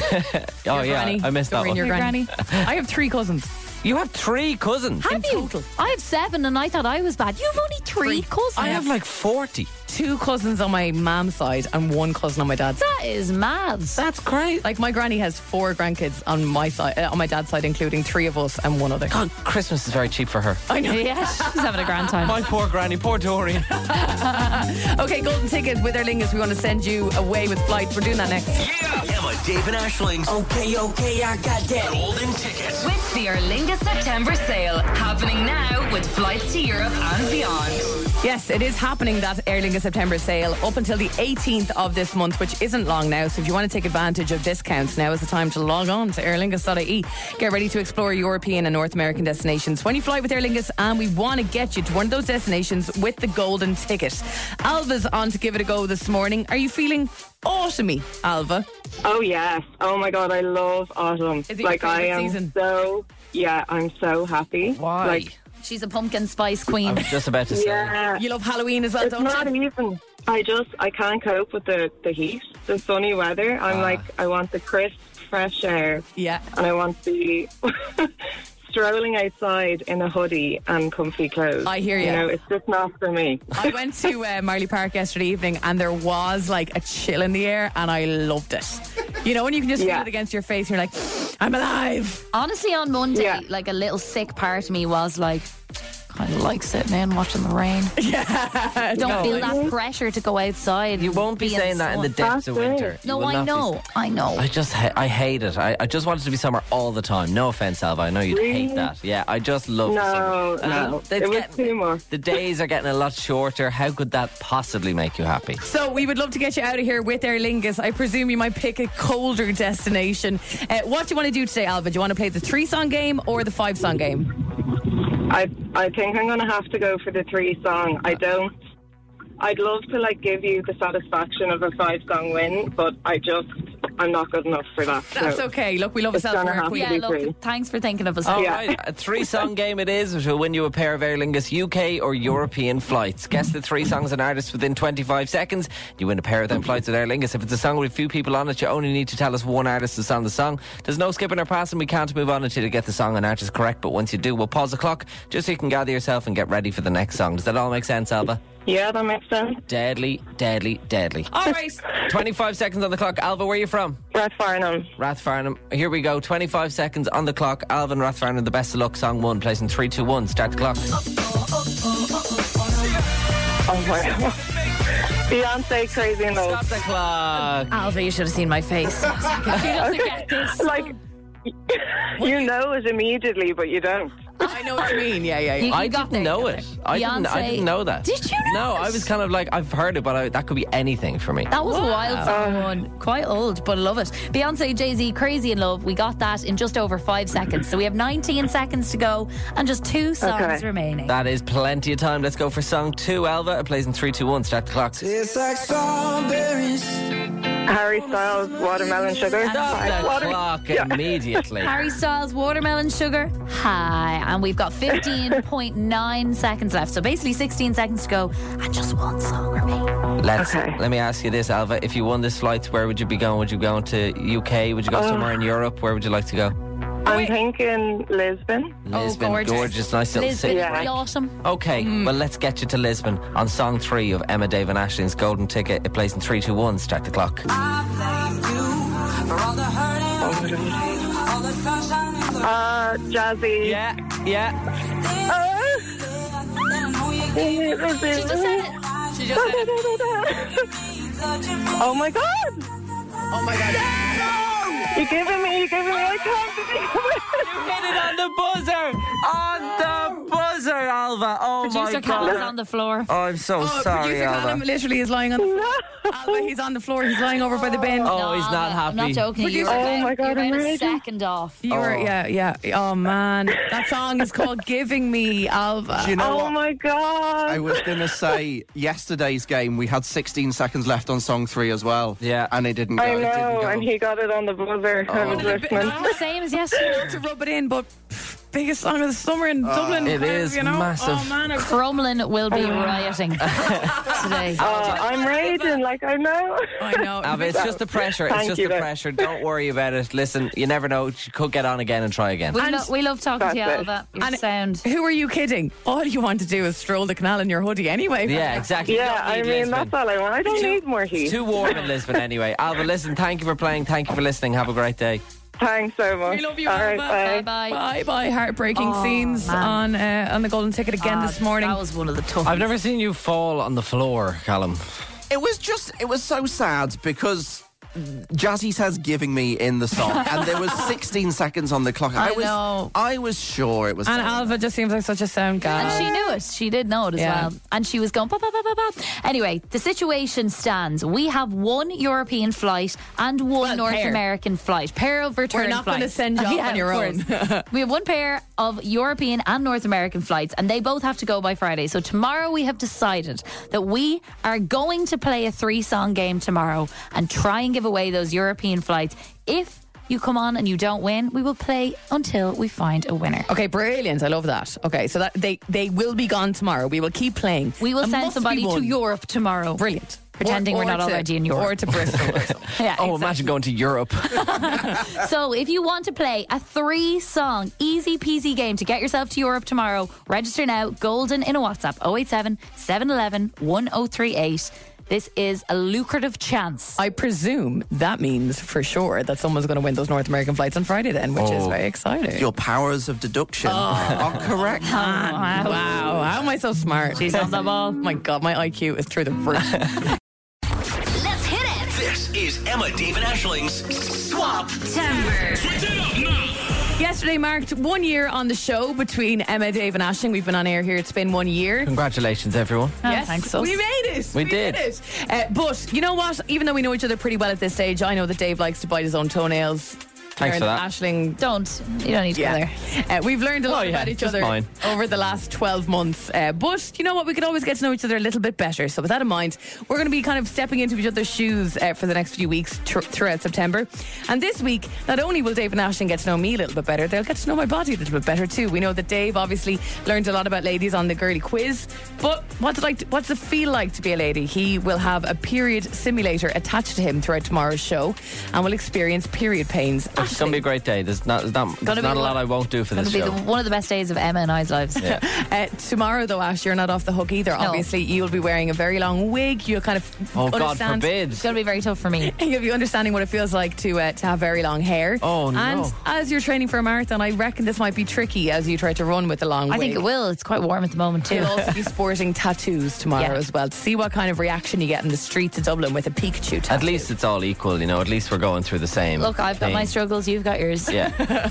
Your
yeah,
granny.
I missed
Doreen,
that one.
Your
Your
granny. I have three cousins.
You have three cousins.
Have you? I have seven and I thought I was bad. You've only three,
Three.
cousins.
I have like forty.
Two cousins on my mom's side and one cousin on my dad's. side.
That is mad.
That's great. Like my granny has four grandkids on my side, uh, on my dad's side, including three of us and one other.
God, Oh, Christmas is very cheap for her.
I know.
yeah, she's having a grand time.
My poor granny, poor Doreen.
Okay, golden ticket with Aer Lingus. We want to send you away with flights. We're doing that next.
Emma, Dave, and Ashling.
Okay, okay, I got that.
Golden ticket.
With the Erlinga September sale happening now with flights to Europe and beyond.
Yes, it is happening that Aer Lingus September sale up until the 18th of this month, which isn't long now. So if you want to take advantage of discounts, now is the time to log on to airlingus.ie. Get ready to explore European and North American destinations when you fly with Aer Lingus, and we want to get you to one of those destinations with the golden ticket. Alva's on to give it a go this morning. Are you feeling autumny, Alva?
Oh yes! Oh my god, I love autumn.
Is it your
like I
favourite
am
season?
so yeah, I'm so happy.
Why?
Like
She's a pumpkin spice
I
queen.
was just about to say.
yeah,
You love Halloween as well,
Uh, it's
don't you?
not even. I just I can't cope with the the heat, the sunny weather. I'm
Ah.
like I want the crisp, fresh air,
Yeah.
and I want to be strolling outside in a hoodie and comfy clothes.
I hear ya.
You know, it's just not for me.
I went to uh, Marley Park yesterday evening and there was like a chill in the air and I loved it. You know, when you can just
Yeah.
feel it against your face and you're like, I'm alive.
Honestly, on Monday,
Yeah.
like a little sick part of me was like, kind of like sitting in watching the rain.
Yeah.
Don't feel that pressure to go outside.
You won't be
in
saying that in the
sun.
depths of
That's
winter.
it.
You
No,
will not
I
be
know. I know.
I just ha- I hate it. I, I just want it to be summer all the time. No offense, Alva. I know you'd hate
Really?
that. Yeah, I just love the
No,
summer. And
Um,
no,
it's
it was
getting-
too much.
The days are getting a lot shorter. How could that possibly make you happy?
So we would love to get you out of here with Aer Lingus. I presume you might pick a colder destination. Uh, what do you want to do today, Alva? Do you want to play the three song game or the five song game?
I I think I'm gonna have to go for the three song. I don't. I'd love to like give you the satisfaction of a five song win, but I just I'm not good enough for that.
That's
so.
okay. Look, we love
It's
ourselves.
gonna
We're a
happen.
queen.
yeah, look, thanks for thinking of us.
All right,
Yeah.
a three song game it is, which will win you a pair of Aer Lingus UK or European flights. Guess the three songs and artists within 25 seconds. You win a pair of them flights with Aer Lingus. If it's a song with few people on it, you only need to tell us one artist that's on the song. There's no skipping or passing. We can't move on until you get the song and artist correct. But once you do, we'll pause the clock just so you can gather yourself and get ready for the next song. Does that all make sense, Alba?
Yeah, that makes sense.
Deadly, deadly, deadly.
All right.
25 seconds on the clock. Alva, where are you from?
Brett Farnham.
Rathfarnham. Here we go. 25 seconds on the clock. Alvin Rathfarnham, the best of luck. Song one, plays in 3, 2, 1. Start the clock.
Oh my god. Beyonce, crazy in love.
Stop the clock.
Alva, you should have seen my face. you just forget this.
Like you know it immediately, but you don't.
I know what you mean. Yeah, yeah, yeah.
I didn't know it. I didn't, I
Beyonce.
didn't know that.
Did you know
No,
it?
I was kind of like, I've heard it, but I, that could be anything for me.
That was a wild song one. Quite old, but I love it. Beyonce, Jay Z, Crazy in Love. We got that in just over five seconds. So we have 19 seconds to go and just two songs
Okay.
remaining.
That is plenty of time. Let's go for song two, Elva. It plays in three, two, one. Start the clock.
It's like strawberries.
Harry Styles, watermelon sugar.
Stop the
Water-
clock
Yeah.
immediately.
Harry Styles, Watermelon Sugar, Hi. And we've got 15.9 seconds left. So basically 16 seconds to go and just one song remaining.
Let's
Okay.
let me ask you this, Alva. If you won this flight, where would you be going? Would you be going to UK? Would you go somewhere in Europe? Where would you like to go?
I'm thinking Lisbon.
Lisbon,
Oh, gorgeous.
nice little
Lisbon,
city.
Yeah.
the autumn.
Okay, well let's get you to Lisbon on song three of Emma David Ashling's Golden Ticket. It plays in three, two, one. Start the clock.
Uh, Jazzy.
Yeah, yeah.
oh
She just said it.
my god!
Oh my god.
You're giving me, you're giving me, I can't believe it!
Hit it on the buzzer! On the buzzer, Alva. Oh
Producer
my
Callum's
god.
on the floor.
Oh, I'm so
Oh,
sorry,
producer Callum
Alva.
literally is lying on the floor. Alba, he's on the floor. He's lying over by the bin.
Oh, he's not happy.
I'm not joking. You're
Producer-
about,
Oh my God,
you're
I'm
about a
raging.
second off.
You were, yeah, yeah. Oh man, that song is called "Giving Me Alva."
Do you know
Oh
what?
my god!
I was going to say yesterday's game, we had 16 seconds left on song three as well.
Yeah.
And it didn't go.
I
it didn't go.
know,
Oh.
and he got it on the buzzer. I was listening.
Same as yesterday.
to rub it in, but pff, biggest song of the summer in Dublin.
it is
you know?
massive.
Oh man, I'm-
Crumlin will be rioting today.
Uh, I'm raging, like I know.
I know.
Alva, it's just the pressure. It's
Thank
just
you,
the
though.
pressure. Don't worry about it. Listen, you never know. She could get on again and try again.
We, lo- we love talking to you,
That's it.
Alva. Your
And-
sound.
Who are you kidding? All you want to do is stroll the canal in your hoodie anyway.
Yeah, exactly.
Yeah, I
You don't need
mean,
Lisbon.
that's all I want. I don't need more
It's
heat.
too warm in Lisbon anyway. Alva, listen, thank you for playing. Thank you for listening. Have a great day.
Thanks so much.
We love you,
All right,
Alba.
bye.
Bye
Bye-bye.
bye. Heartbreaking scenes on uh, on the golden ticket again
Ah,
this morning.
That was one of the tough.
I've never seen you fall on the floor, Callum.
It was just, it was so sad because Jazzy says giving me in the song and there was 16 seconds on the clock. I, was,
know.
I was sure it was.
and Alva just seems like such a sound guy.
And she knew it. She did know it as
Yeah.
well. And she was going, bah, bah, bah, bah, bah. Anyway, the situation stands. We have one European flight and one
Well,
North
pair.
American flight. Pair of return
We're not gonna
flights.
send you off
Yeah,
on your
of
own.
course. we have one pair of European and North American flights, and they both have to go by Friday. So tomorrow we have decided that we are going to play a three song game tomorrow and try and give away those European flights. If you come on and you don't win, we will play until we find a winner.
Okay, brilliant. I love that. Okay, so that they they will be gone tomorrow. We will keep playing.
We will
There
send
must be
somebody to
one.
Europe tomorrow.
Brilliant.
Pretending
Or-
we're
or
not
to-
already in Europe.
Or to Bristol or something.
Yeah,
Oh,
exactly.
imagine going to Europe.
So, if you want to play a three song, easy peasy game to get yourself to Europe tomorrow, register now, golden in a WhatsApp 087 711 1038. This is a lucrative chance.
I presume that means for sure that someone's going to win those North American flights on Friday, then, which is very exciting.
Your powers of deduction
Oh.
are correct.
wow.
wow, how am I so smart?
She's on the ball.
Oh my God, my IQ is through the roof.
Let's hit it.
This is Emma David Ashling's Swap.
Timber.
Yesterday marked one year on the show between Emma, Dave, and Ashing. We've been on air here. It's been one year.
Congratulations, everyone.
yes,
Oh, thanks, us.
we made it.
We did.
it. Uh, but you know what? Even though we know each other pretty well at this stage, I know that Dave likes to bite his own toenails.
Thanks for that.
Ashling.
Don't. You don't need to go
Yeah,
there.
uh, we've learned a lot
Oh, yeah,
about each
just
other
mine.
over the last 12 months. Uh, but you know what? We could always get to know each other a little bit better. So, with that in mind, we're going to be kind of stepping into each other's shoes uh, for the next few weeks thr- throughout September. And this week, not only will Dave and Ashton get to know me a little bit better, they'll get to know my body a little bit better too. We know that Dave obviously learned a lot about ladies on the girly quiz. But what's it like? To, what's it feel like to be a lady? He will have a period simulator attached to him throughout tomorrow's show, and will experience period pains.
It's going to be a great day. There's not, there's not, there's
be
not a lot
one-
I won't do for this
It'll be
show.
the, one of the best days of Emma and I's lives.
Uh, tomorrow, though, Ash, you're not off the hook either. Obviously, you'll be wearing a very long wig. You'll kind of
oh, God
understand.
forbid.
It's going to be very tough for me.
You'll be understanding what it feels like to uh, to have very long hair.
Oh, no.
And as you're training for a marathon, I reckon this might be tricky as you try to run with the long.
I
wig.
think it will. It's quite warm at the moment, too.
It'll also be sport supporting tattoos tomorrow
Yeah.
as well to see what kind of reaction you get in the streets of Dublin with a Pikachu tattoo.
At least it's all equal, you know. At least we're going through the same.
Look, I've got
thing.
my struggles, you've got yours.
Yeah.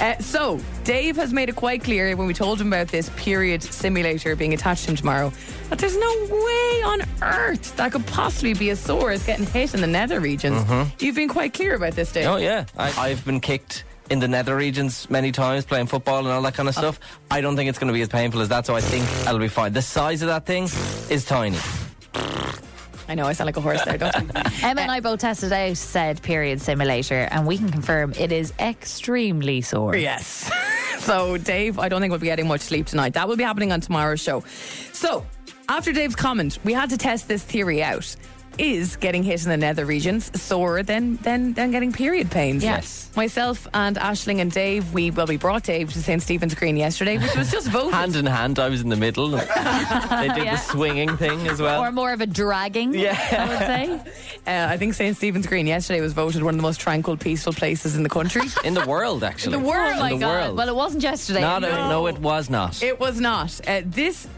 Uh, so, Dave has made it quite clear when we told him about this period simulator being attached to him tomorrow that there's no way on earth that could possibly be a Saurus getting hit in the nether regions. You've been quite clear about this, Dave.
oh yeah. I,
I, I've been kicked in the nether regions many times playing football and all that
Oh.
kind of stuff. I don't think it's going to be as painful as that, so I think I'll be fine. The size of that thing is tiny.
I know, I sound like a horse there, don't I?
Emma and I both tested out said period simulator, and we can confirm it is extremely sore.
Yes. so, Dave, I don't think we'll be getting much sleep tonight. That will be happening on tomorrow's show. So, after Dave's comment, we had to test this theory out. Is getting hit in the nether regions sore than than than getting period pains?
Yes.
Myself and Ashling and Dave, we well, we brought Dave to St Stephen's Green yesterday, which was just voted.
Hand in hand, I was in the middle. They did
Yeah.
the swinging thing as
Or
well.
more of a dragging, yeah. I would say.
uh, I think St Stephen's Green yesterday was voted one of the most tranquil, peaceful places in the country.
In the world, actually.
the world,
Oh my
in the
God.
world.
Well, it wasn't yesterday.
Not a- no, it was not.
It was not. Uh, this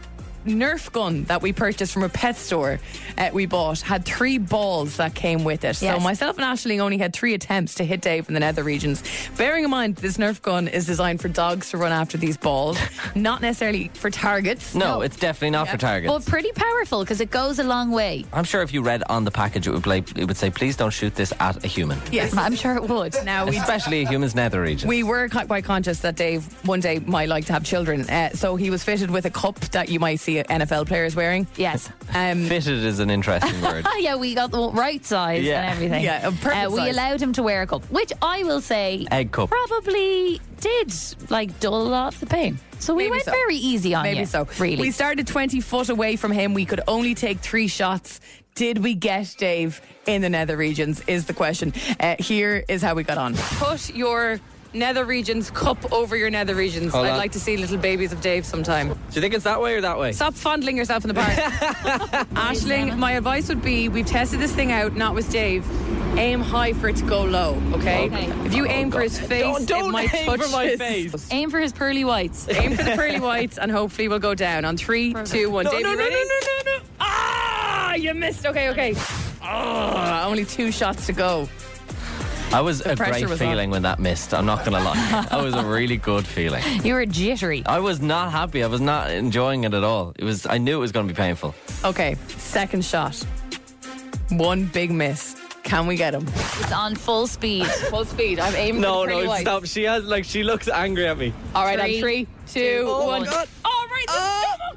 Nerf gun that we purchased from a pet store uh, we bought had three balls that came with it. So
Yes.
myself and Ashling only had three attempts to hit Dave in the nether regions. Bearing in mind, this Nerf gun is designed for dogs to run after these balls, not necessarily for targets.
no, it's definitely not for targets.
But pretty powerful because it goes a long way.
I'm sure if you read on the package, it would, play, it would say, please don't shoot this at a human.
Yes.
I'm sure it would.
Now we
Especially a human's nether region.
We were quite, quite conscious that Dave one day might like to have children, uh, so he was fitted with a cup that you might see NFL players wearing.
Yes.
Um,
Fitted is an interesting word.
Oh, yeah, we got the right size
Yeah.
and everything.
Yeah, a perfect
Uh, we
size.
allowed him to wear a cup, which I will say
Egg cup.
probably did like dull a lot of the pain. So we
Maybe
went
so.
very easy on
Maybe
you,
so.
Uh, Really,
We started 20 foot away from him. We could only take three shots. Did we get Dave in the nether regions? Is the question. Uh, here is how we got on. Put your nether regions cup over your nether regions.
Hold
I'd
on.
like to see little babies of Dave sometime.
Do you think it's that way or that way?
Stop fondling yourself in the park. Ashling, my advice would be we've tested this thing out, not with Dave. Aim high for it to go low, okay?
Okay.
If you aim for his face,
Oh, Don't- don't
it might
aim
touch
for my
his-
face.
aim for his pearly whites.
Aim for the pearly whites, and hopefully we'll go down. On three, two, one. Dave,
no, no,
you ready?
no,
no, no. Ah, you missed. Okay, okay. Ah, only two shots to go.
I was a
pressure
great
was on.
feeling when that missed. I'm not going to lie. that was a really good feeling.
You were jittery.
I was not happy. I was not enjoying it at all. It was. I knew it was going to be painful.
Okay, second shot. One big miss. Can we get him?
It's on full speed.
Full speed. I'm aiming for the pearly whites.
She has like she looks angry at me.
All right, on
Three,
three, two, one.
Oh my God.
All right,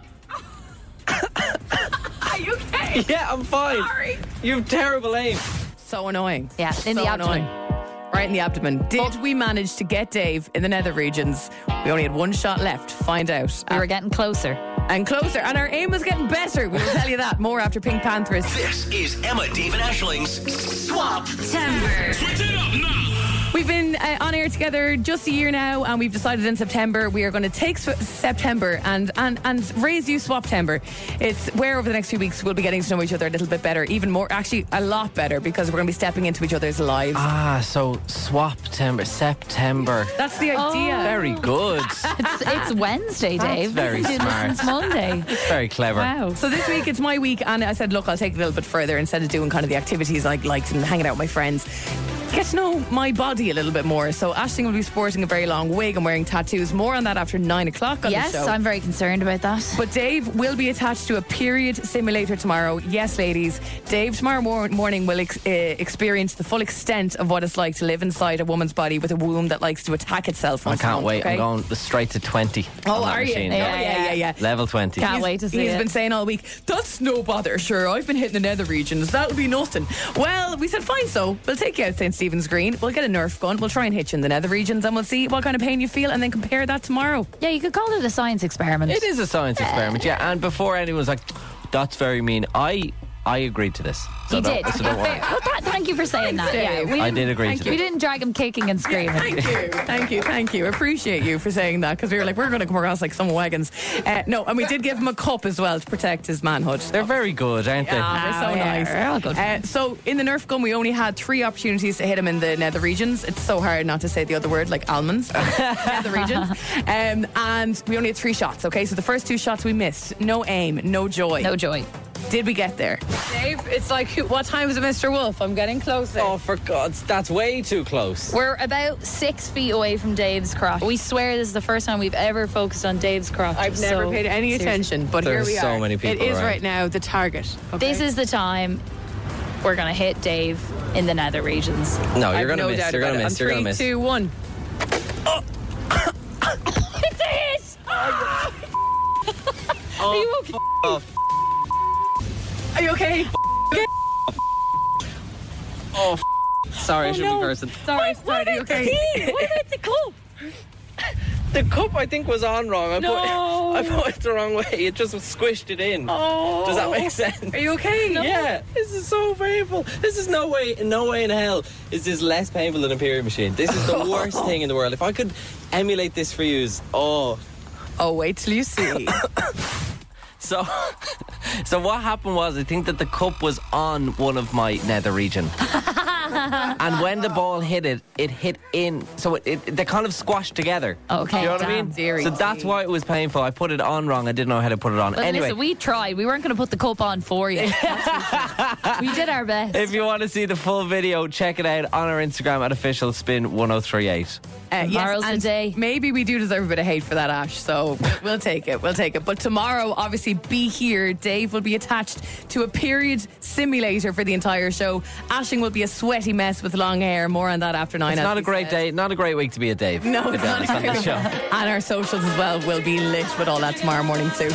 the stomach. Are you okay?
Yeah, I'm fine.
Sorry.
You've terrible aim.
So annoying.
Yeah, in
So
the abdomen.
annoying. Right in the abdomen. Did we manage to get Dave in the nether regions? We only had one shot left. Find out.
We were getting closer.
and closer, and our aim was getting better. We will tell you that more after Pink Panthers.
This is Emma, Dave, and Ashling's Swap.
September.
We've been uh, on air together just a year now, and we've decided in September we are going to take Sw- September and, and, and raise you Swaptember. It's where over the next few weeks we'll be getting to know each other a little bit better, even more, actually a lot better, because we're going to be stepping into each other's lives.
Ah, so swap temper September.
That's the idea.
Oh. Very good.
It's, it's Wednesday, Dave.
very
We've been doing
smart.
This since Monday.
Very clever.
Wow.
So this week it's my week, and I said, look, I'll take it a little bit further instead of doing kind of the activities I liked and hanging out with my friends. Get to know my body a little bit more. So Ashling will be sporting a very long wig and wearing tattoos. More on that after nine o'clock on
Yes,
the show.
I'm very concerned about that.
But Dave will be attached to a period simulator tomorrow. Yes, ladies. Dave tomorrow mor- morning will ex- uh, experience the full extent of what it's like to live inside a woman's body with a womb that likes to attack itself.
I
once a
can't
month,
wait.
okay?
I'm going straight to twenty.
Oh,
on that
are you?
machine.
Yeah, yeah, yeah, yeah.
Level twenty.
Can't wait to see
He's
it.
been saying all week, that's no bother, sure. I've been hitting the nether regions. That'll be nothing. Well, we said, fine, so we'll take you out St. Stephen's Green. We'll get a Nerf gun. We'll try and hit you in the nether regions and we'll see what kind of pain you feel and then compare that tomorrow.
yeah, you could call it a science experiment.
It is a science experiment, yeah. And before anyone's like, that's very mean, I I agreed to this. So
you
don't-
did.
so don't worry.
Fair. Well, th- thank you for saying that. Yeah,
Dave.
we
I
didn't-
did agree
thank
to
you.
that.
We didn't drag him kicking and screaming.
Thank you, thank you, thank you. Appreciate you for saying that because we were like, we're going to come across like some wagons. Uh, no, and we did give him a cup as well to protect his manhood.
They're very good, aren't they?
Ah, they're so nice. Uh, so in the Nerf gun, we only had three opportunities to hit him in the nether regions. It's so hard not to say the other word, like almonds. nether regions. Um, and we only had three shots. Okay, so the first two shots we missed. No aim, no joy.
No joy.
Did we get there?
Dave, it's like, what time is it, Mr. Wolf? I'm getting closer.
Oh, for God's, that's way too close.
We're about six feet away from Dave's crotch. We swear this is the first time we've ever focused on Dave's crotch.
I've never paid any attention, but
There
here
are
we
so
are.
many people
it is
around.
right now the target.
This is the time we're going to hit Dave in the nether regions.
No,
I've
you're gonna miss.
doubt
You're
about
gonna
it.
miss.
On
you're gonna
three,
miss.
two, one. it's a hit!
Oh,
Are you okay?
Oh,
Are you okay?
oh, f- sorry, I should
no.
be person.
Sorry, sorry. Are you okay? What about the cup?
The cup I think was on wrong. I
No.
put I put it the wrong way. It just squished it in.
Oh.
Does that make sense?
Are you okay? No.
Yeah, this is so painful. This is no way, no way in hell is this less painful than a period machine. This is the worst thing in the world. If I could emulate this for you, oh.
Oh, wait till you see.
So, so what happened was I think that the cup was on one of my nether region, and when the ball hit it, it hit in. So it, it they kind of squashed together.
Oh, Okay,
you know what I
damn.
mean?
dearie.
So that's why it was painful. I put it on wrong. I didn't know how to put it on.
But
anyway,
listen, we tried. We weren't going to put the cup on for you. we did our best.
If you want to see the full video, check it out on our Instagram at oh official spin 1038.
Uh,
Tomorrow's the
and
day.
Maybe we do deserve a bit of hate for that, Ash. So we'll- we'll take it. We'll take it. But tomorrow, obviously, be here. Dave will be attached to a period simulator for the entire show. Ashing will be a sweaty mess with long hair. More on that after nine.
It's
as
not
we
a great
said.
day, not a great week to be a Dave.
No, it's not.
It's not the show.
Oh, And our socials as well will be lit with all that tomorrow morning too.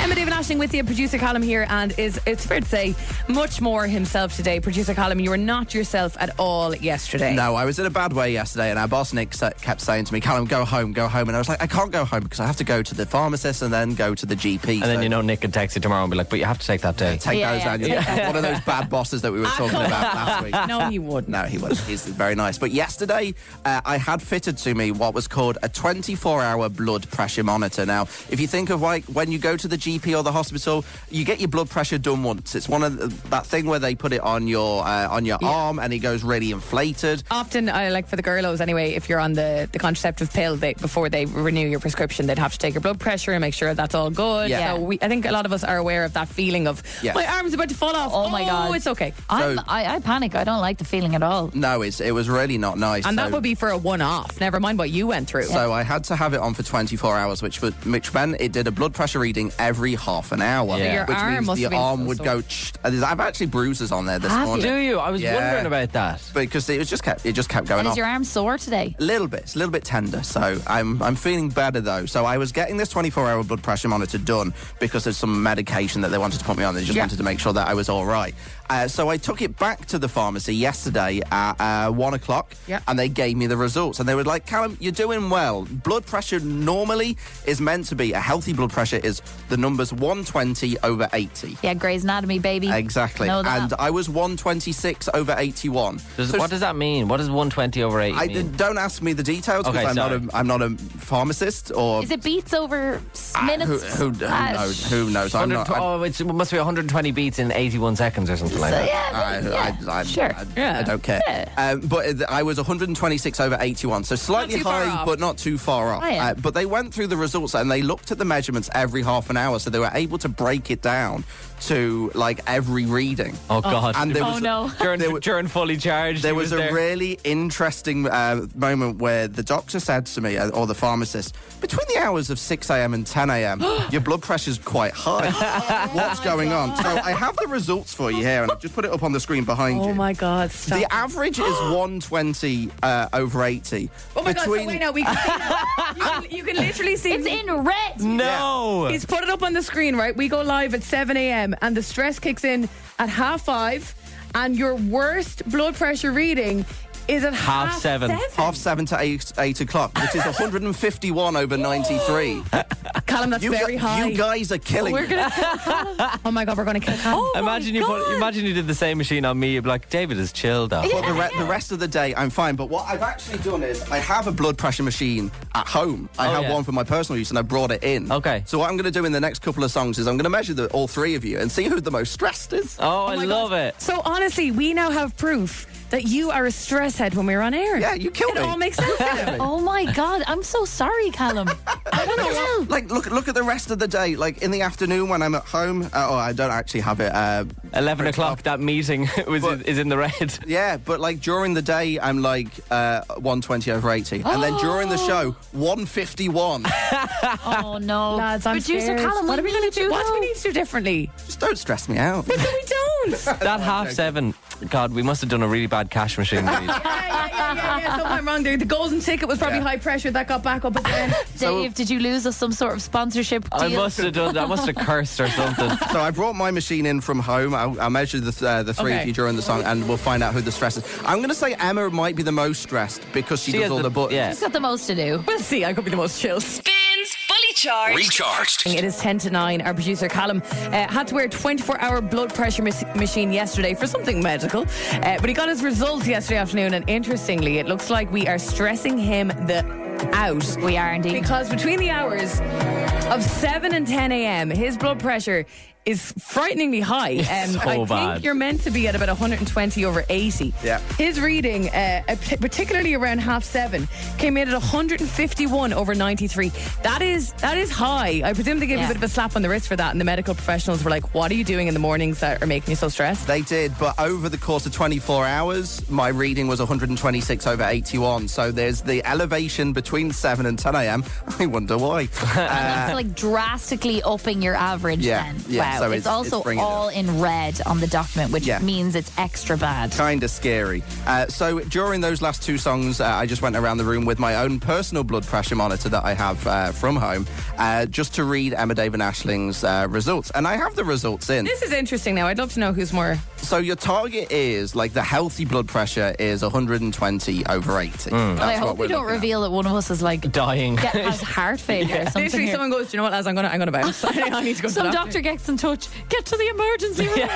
Emma David Ashing with you, producer Colum here, and is it's fair to say much more himself today. Producer Colum, you were not yourself at all yesterday.
No, I was in a bad way yesterday, and our boss Nick sa- kept saying to me, "Callum, go home, go home," and I was like, "I can't go home because I have to go to the pharmacist and then go to the GP."
And then you know Nick can text you tomorrow and be like, but you have to take that day.
take
Yeah,
those
yeah,
annual. One of those bad bosses that we were talking about last week.
No, he wouldn't.
No, he was. He's very nice. But yesterday, uh, I had fitted to me what was called a 24 hour blood pressure monitor. Now, if you think of like when you go to the GP or the hospital, you get your blood pressure done once. It's one of the, that thing where they put it on your uh, on your arm and it goes really inflated.
often uh, like for the girlos anyway if you're on the, the contraceptive pill they, before they renew your prescription they'd have to take your blood pressure and make sure that's all good
Yeah.
so we, I think a lot of us are aware of that feeling of
Yes.
my arm's about to fall off
Oh, my God.
it's okay
I'm,
So-
I, I panic. I don't like the feeling at all.
No, it's, it was really not nice.
and
So-
that would be for a one off never mind what you went through
So I had to have it on for 24 hours, which would, which meant it did a blood pressure reading every half an hour,
Yeah. your
which
arm
means
must have
the
been
arm
so
would
sore.
go. Tsh, and there's- I've actually bruises on there this
Have
morning.
Do you? I was
Yeah.
wondering about that.
Because it was just kept it just kept going
And
off.
is your arm sore today?
A little bit, it's a little bit tender. So I'm I'm feeling better though. So I was getting this 24-hour blood pressure monitor done because there's some medication that they wanted to put me on. They just wanted to make sure that I was all right. Uh, so I took it back to the pharmacy yesterday at uh, one o'clock,
Yeah.
and they gave me the results. And they were like, "Callum, you're doing well. Blood pressure normally is meant to be a healthy blood pressure is the numbers 120 over 80."
Yeah, Grey's Anatomy, baby.
Exactly,
Know that.
and uh, I was 126 over 81.
Does-
So
what does that mean? What does 120 over 8
I,
mean?
don't ask me the details because
Okay,
I'm
sorry.
not a I'm not a pharmacist or
is it beats over s-
Ah,
minutes?
who, who, who
Ah,
knows? Who knows? I'm not.
120
I,
oh, it's, it must be 120 beats in 81 seconds or something like that.
yeah,
I,
maybe,
I,
yeah,
I, I,
sure.
I,
Yeah.
don't care. Um, but it- I was 126 over 81, so slightly
too far
high,
off.
but not too far off.
Oh, yeah.
Uh, but they went through the results and they looked at the measurements every half an hour, so they were able to break it down to like every reading.
Oh, God.
And there was,
no.
During,
there were-
during fully charged.
There
he
was, a really interesting uh, moment where the doctor said to me, uh, or the pharmacist, between the hours of 6 a.m. and 10 a.m., your blood pressure's quite high.
Oh
What's going on? So I have the results for you here, and I've just put it up on the screen behind you.
oh my god stop
The average is 120 uh, over 80.
oh my god so wait now we can see now. you, can, you can literally see
It's in red.
Mm.
No.
He's put it up on the screen, right? We go live at 7 a.m. and the stress kicks in at half five, and your worst blood pressure reading Is it
half, seven? Half seven to eight, eight o'clock, which is 151 over 93.
Callum, that's
you
very
gu-
high.
You guys are killing
We're
me.
gonna kill Callum. Oh my god, we're gonna kill Callum.
imagine you put, imagine you did the same machine on me. You'd be like, David is chilled out.
Well, the, re- the rest of the day, I'm fine. But what I've actually done is I have a blood pressure machine at home. I
Oh,
have
yeah.
one for my personal use, and I brought it in. Okay. So what I'm going to do in the next couple of songs is I'm going to measure the, all three of you and see who the most stressed is.
Oh,
my God. So honestly, we now have proof that you are a stress head when we were on air. Yeah,
you killed
it.
me.
all makes sense. now.
Oh my god, I'm so sorry, Callum.
Like look look at the rest of the day. Like in the afternoon when I'm at home. Uh, oh, I don't actually have it. Uh,
Eleven o'clock. That meeting was is in the red.
Yeah, but like during the day I'm like uh, 120 over 80, and then during
Oh.
the show 151.
oh no,
lads, I'm
Producer
scared.
Callum,
what are we
going to
do? What do we need to do differently?
Just don't stress me out.
Because we don't.
That half seven. God, we must have done a really bad cash machine. read.
yeah, yeah, something went wrong there. The golden ticket was probably high pressure that got back up again.
Dave, did you lose us some sort of sponsorship? Deal?
I must have done. that. I must have cursed or something.
So I brought my machine in from home. I, I measured the, th- uh, the three
Okay.
of you during the song, and we'll find out who the stress is. I'm going to say Emma might be the most stressed because she,
She
does
has
all the,
the-
buttons.
yeah.
She's got the most to do.
We'll see. I could be the most chill.
Spins fully charged.
It is 10 to 9. Our producer, Callum, uh, had to wear a 24 hour blood pressure mas- machine yesterday for something medical. Uh, but he got his results yesterday afternoon, and interestingly, it looks like we are stressing him the out.
We are indeed.
Because between the hours of 7 and 10 a.m., his blood pressure is frighteningly high.
It's so
I
bad.
think you're meant to be at about 120 over 80.
Yeah.
His reading, uh, uh, p- particularly around half seven, came in at 151 over 93. That is that is high. I presume they gave you a
Yeah.
bit of a slap on the wrist for that, and the medical professionals were like, "What are you doing in the mornings that are making you so stressed?"
They did, but over the course of 24 hours, my reading was 126 over 81. So there's the elevation between 7 and 10 a.m. I wonder why.
That's
Uh,
like drastically upping your average
Yeah,
then.
yeah,
wow.
so
it's,
it's-
also
it's bringing it
all in red on the document, which
Yeah.
means it's extra bad.
Kind of scary. Uh, so during those last two songs, uh, I just went around the room with my own personal blood pressure monitor that I have uh, from home, uh, just to read Emma David Ashling's uh, results, and I have the results in.
This is interesting. Now, I'd love to know who's more.
So your target is like the healthy blood pressure is 120 over 80. That's
I
what
hope
we're
we don't
looking at.
reveal that one of us is like
dying.
Get, has heart failure or something.
Literally,
here.
someone goes, "Do you know what, lads? I'm gonna, I'm gonna bounce. I need to go." to
Some
the
doctor gets in touch. Get to the emergency room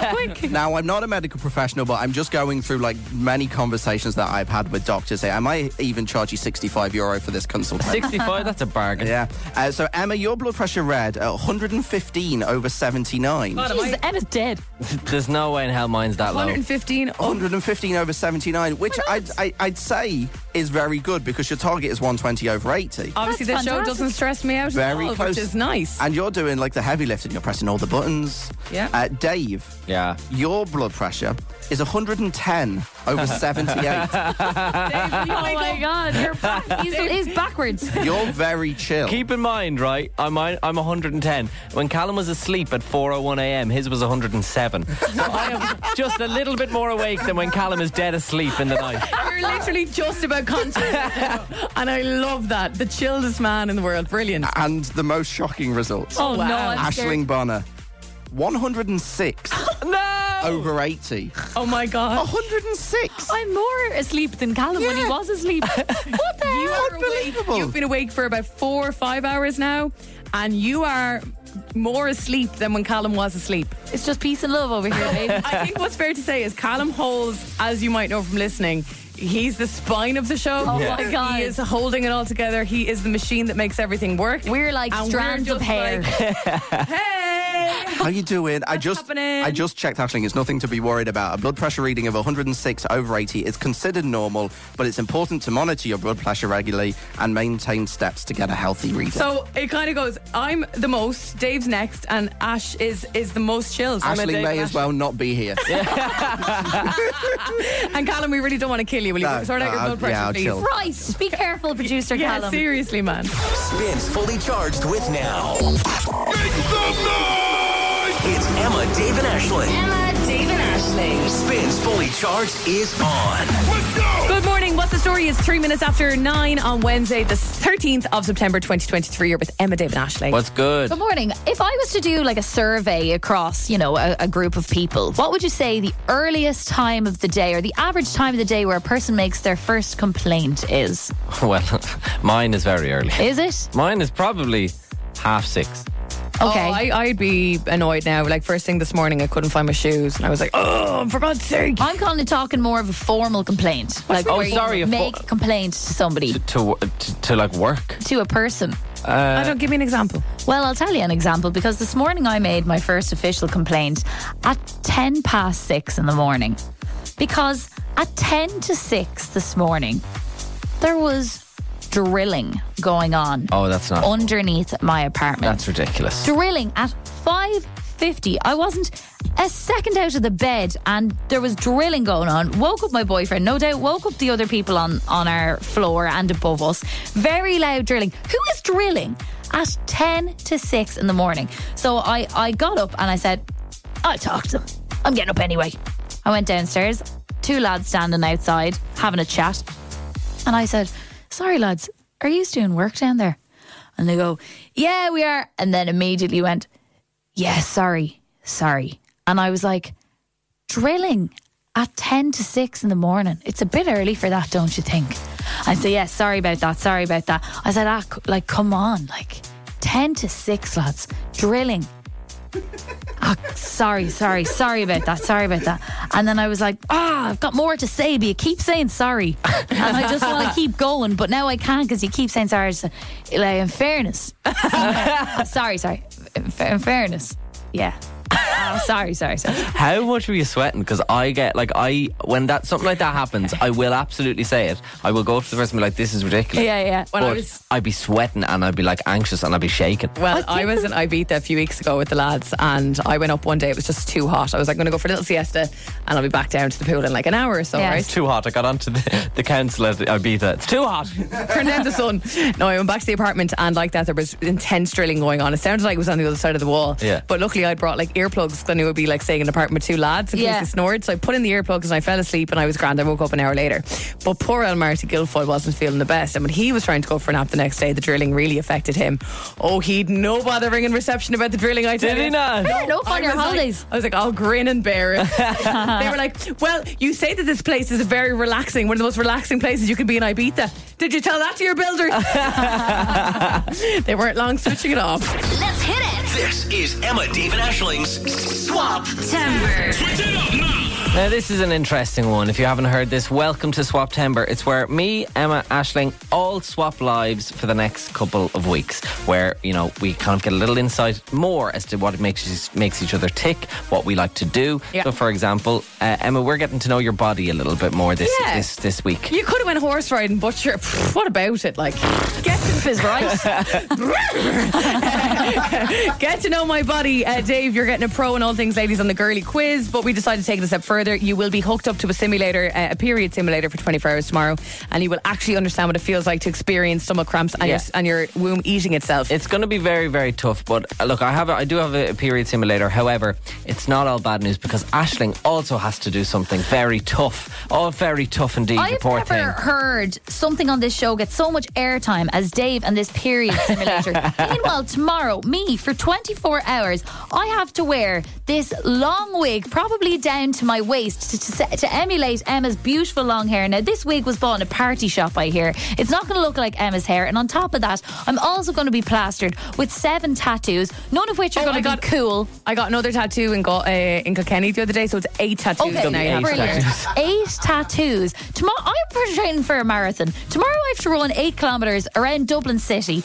quick.
Now, I'm not a medical professional, but I'm just going through like many conversations that I've had with doctors. Say, I might even charge you 65 euro for this consultation.
65, that's a bargain.
Yeah. Uh, so, Emma, your blood pressure read at 115 over 79.
Jeez, Emma's dead.
There's no way in hell mine's that low.
115
115 over 79, which I'd, I, I'd say is very good because your target is 120 over 80.
Obviously, the
That's
show
fantastic.
doesn't stress me out
Very
at all,
close.
which is nice.
And you're doing like the heavy lifting, you're pressing all the buttons.
Yeah.
Uh, Dave.
Yeah.
Your blood pressure is 110 over 78.
oh my god, your back is, is backwards.
You're very chill.
Keep in mind, right? I'm I'm 110. When Callum was asleep at 4:01 a.m., his was 107. So I am just a little bit more awake than when Callum is dead asleep in the night.
You're literally just about contact. and I love that. The chillest man in the world. Brilliant.
and the most shocking results.
Oh, no, Wow. I'm scared.
Ashling Bonner, 106
no!
over 80.
Oh my God.
106.
I'm more asleep than Callum when he was asleep. what the
You
hell?
are awake.
Unbelievable.
You've been awake for about four or five hours now, and you are more asleep than when Callum was asleep.
It's just peace and love over here, baby.
I think what's fair to say is Callum holds, as you might know from listening, he's the spine of the show.
Oh my Yeah. God.
He is holding it all together. He is the machine that makes everything work.
We're like
And we're
strands of
just
hair.
like, hey.
How you doing? I just
happening?
I just checked Ashling. It's nothing to be worried about. A blood pressure reading of 106 over 80 is considered normal, but it's important to monitor your blood pressure regularly and maintain steps to get a healthy reading.
So it kind of goes. I'm the most. Dave's next, and Ash is is the most chills.
Ashling may as well not be here.
And Callum, we really don't want to kill you. Will you
No,
sort out
no,
your
I'll-
blood pressure,
yeah, I'll
please?
chill.
Christ, be careful, producer
Yeah,
Callum.
seriously, man.
Spins fully charged with now. It's Emma, Dave, and Ashling.
Emma, Dave, and Ashley.
Spins fully charged is on.
Good morning. morning. What's the story? It's three minutes after nine on Wednesday, the 13th of September 2023. You're with Emma David Ashley.
What's good?
Good morning. If I was to do like a survey across, you know, a, a group of people, what would you say the earliest time of the day or the average time of the day where a person makes their first complaint is?
Well, mine is very early.
Is it?
Mine is probably half six.
Okay.
Oh, I, I'd be annoyed now. Like, first thing this morning, I couldn't find my shoes, and I was like, oh, for God's sake.
I'm kind of talking more of a formal complaint. Like,
Oh,
where you
sorry, a fo-
make a complaint to somebody,
To, to, to like work.
to a person.
Uh,
don't give me an example.
Well, I'll tell you an example because this morning I made my first official complaint at 10 past six in the morning. Because at 10 to six this morning, there was drilling going on
oh, that's not.
underneath my apartment.
that's ridiculous.
Drilling at 5.50. I wasn't a second out of the bed and there was drilling going on. Woke up my boyfriend, no doubt, woke up the other people on, on our floor and above us. Very loud drilling. Who is drilling at 10 to 6 in the morning? So I, I got up and I said, I'll talk to them. I'm getting up anyway. I went downstairs, two lads standing outside having a chat. And I said, Sorry, lads, are you doing work down there? And they go, Yeah, we are. And then immediately went, Yeah, sorry, sorry. And I was like, Drilling at 10 to 6 in the morning. It's a bit early for that, don't you think? I said, Yeah, sorry about that, sorry about that. I said, ah, c- Like, come on, like 10 to 6, lads, drilling. Ah, sorry, sorry, sorry about that, sorry about that. And then I was like, ah, I've got more to say, but you keep saying sorry. And I just want to keep going, but now I can't because you keep saying sorry. I just- Like, in fairness. sorry, sorry. In, fa- in fairness. Yeah. Ah, sorry, sorry, sorry.
How much were you sweating? Because I get like I when that something like that happens, I will absolutely say it. I will go up to the person and be like, "This is ridiculous."
Yeah, yeah.
When I
but
was-
I'd be sweating and I'd be like anxious and I'd be shaking.
Well, I was in Ibiza a few weeks ago with the lads, and I went up one day. It was just too hot. I was like, going to go for a little siesta, and I'll be back down to the pool in like an hour or so,
Yeah.
right?
It's too hot. I got onto the, the council at Ibiza. It's too hot.
Turned down the sun. No, I went back to the apartment, and like that, there was intense drilling going on. It sounded like it was on the other side of the wall.
Yeah.
But luckily, I'd brought like earplugs because I knew it would be like staying in an apartment with two lads in
Yeah.
case they snored. So I put in the earplugs and I fell asleep, and I was grand. I woke up an hour later. But poor El Marty Guilfoyle wasn't feeling the best. And when he was trying to go for a nap the next day, the drilling really affected him. Oh, he'd no bother ringing reception about the drilling I
Did
tell
he
you.
not?
Fair enough
Oh,
on
I
your
was like-
holidays.
I was like, I'll grin and bear it. they were like, Well, you say that this place is a very relaxing, one of the most relaxing places you could be in Ibiza. Did you tell that to your builder? they weren't long switching it off.
Let's hit it.
This is Emma David Ashling's Swap.
September.
Now, this is an interesting one. If you haven't heard this, welcome to Swap Timber. It's where me, Emma, Ashling all swap lives for the next couple of weeks, where, you know, we kind of get a little insight more as to what makes, us- makes each other tick, what we like to do.
Yeah.
So, for example, uh, Emma, we're getting to know your body a little bit more this
Yeah.
this, this week.
You could have went horse riding, but sure, pff, what about it? Like, get to, is right. get to know my body, uh, Dave. You're getting a pro in all things ladies on the girly quiz, but we decided to take it a step further. You will be hooked up to a simulator, uh, a period simulator for 24 hours tomorrow, and you will actually understand what it feels like to experience stomach cramps and,
Yeah.
your, and your womb eating itself.
It's going to be very, very tough. But uh, look, I have, a, I do have a period simulator. However, it's not all bad news because Ashling also has to do something very tough. All very tough indeed. the
I've
poor
never
thing.
heard something on this show get so much airtime as Dave and this period simulator. Meanwhile, tomorrow, me for 24 hours, I have to wear this long wig, probably down to my waist, to, to, se- to emulate Emma's beautiful long hair. Now, this wig was bought in a party shop, I hear. It's not going to look like Emma's hair. And on top of that, I'm also going to be plastered with seven tattoos, none of which are
Oh,
going
I
to be
got-
cool.
I got another tattoo in, Go- uh, in Kilkenny the other day, so it's eight tattoos
Okay,
There'll
now.
be eight
brilliant.
tattoos.
Eight tattoos. Tomorrow, I'm training for a marathon. Tomorrow, I have to run eight kilometres around Dublin City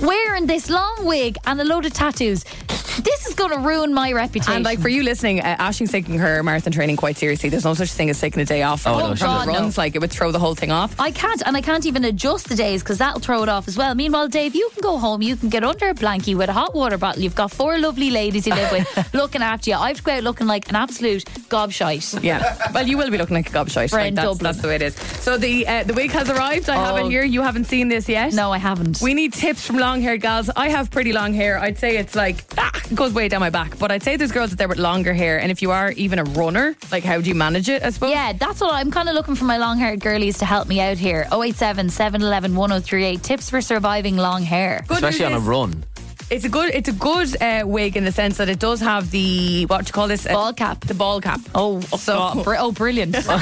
wearing this long wig and a load of tattoos. This is going to ruin my reputation.
And like for you listening, uh, Ashing's taking her marathon training quite seriously. There's no such thing as taking a day off.
Oh,
Like,
no,
if
she
it
doesn't.
runs like it would throw the whole thing off.
I can't, and I can't even adjust the days because that'll throw it off as well. Meanwhile, Dave, you can go home, you can get under a blankie with a hot water bottle. You've got four lovely ladies you live with looking after you. I've to go out looking like an absolute gobshite.
Yeah. Well, you will be looking like a gobshite.
We're
Like
in
that's,
Dublin.
that's the way it is. So the uh, the wig has arrived. I have
Oh.
it here. You haven't seen this yet.
No, I haven't.
We need tips from long haired gals. I have pretty long hair. I'd say it's like, ah, it goes way down my back. But I'd say there's girls out there with longer hair. And if you are even a runner, like, how do you manage it, I suppose?
Yeah, that's what I'm kind of looking for my long haired girlies to help me out here. 087 711 1038. Tips for surviving long hair.
Good
Especially on
news
a
is-
run.
It's a good, it's a good uh, wig in the sense that it does have the what do you call this ball
cap,
the ball cap.
Oh,
so,
br- oh brilliant.
so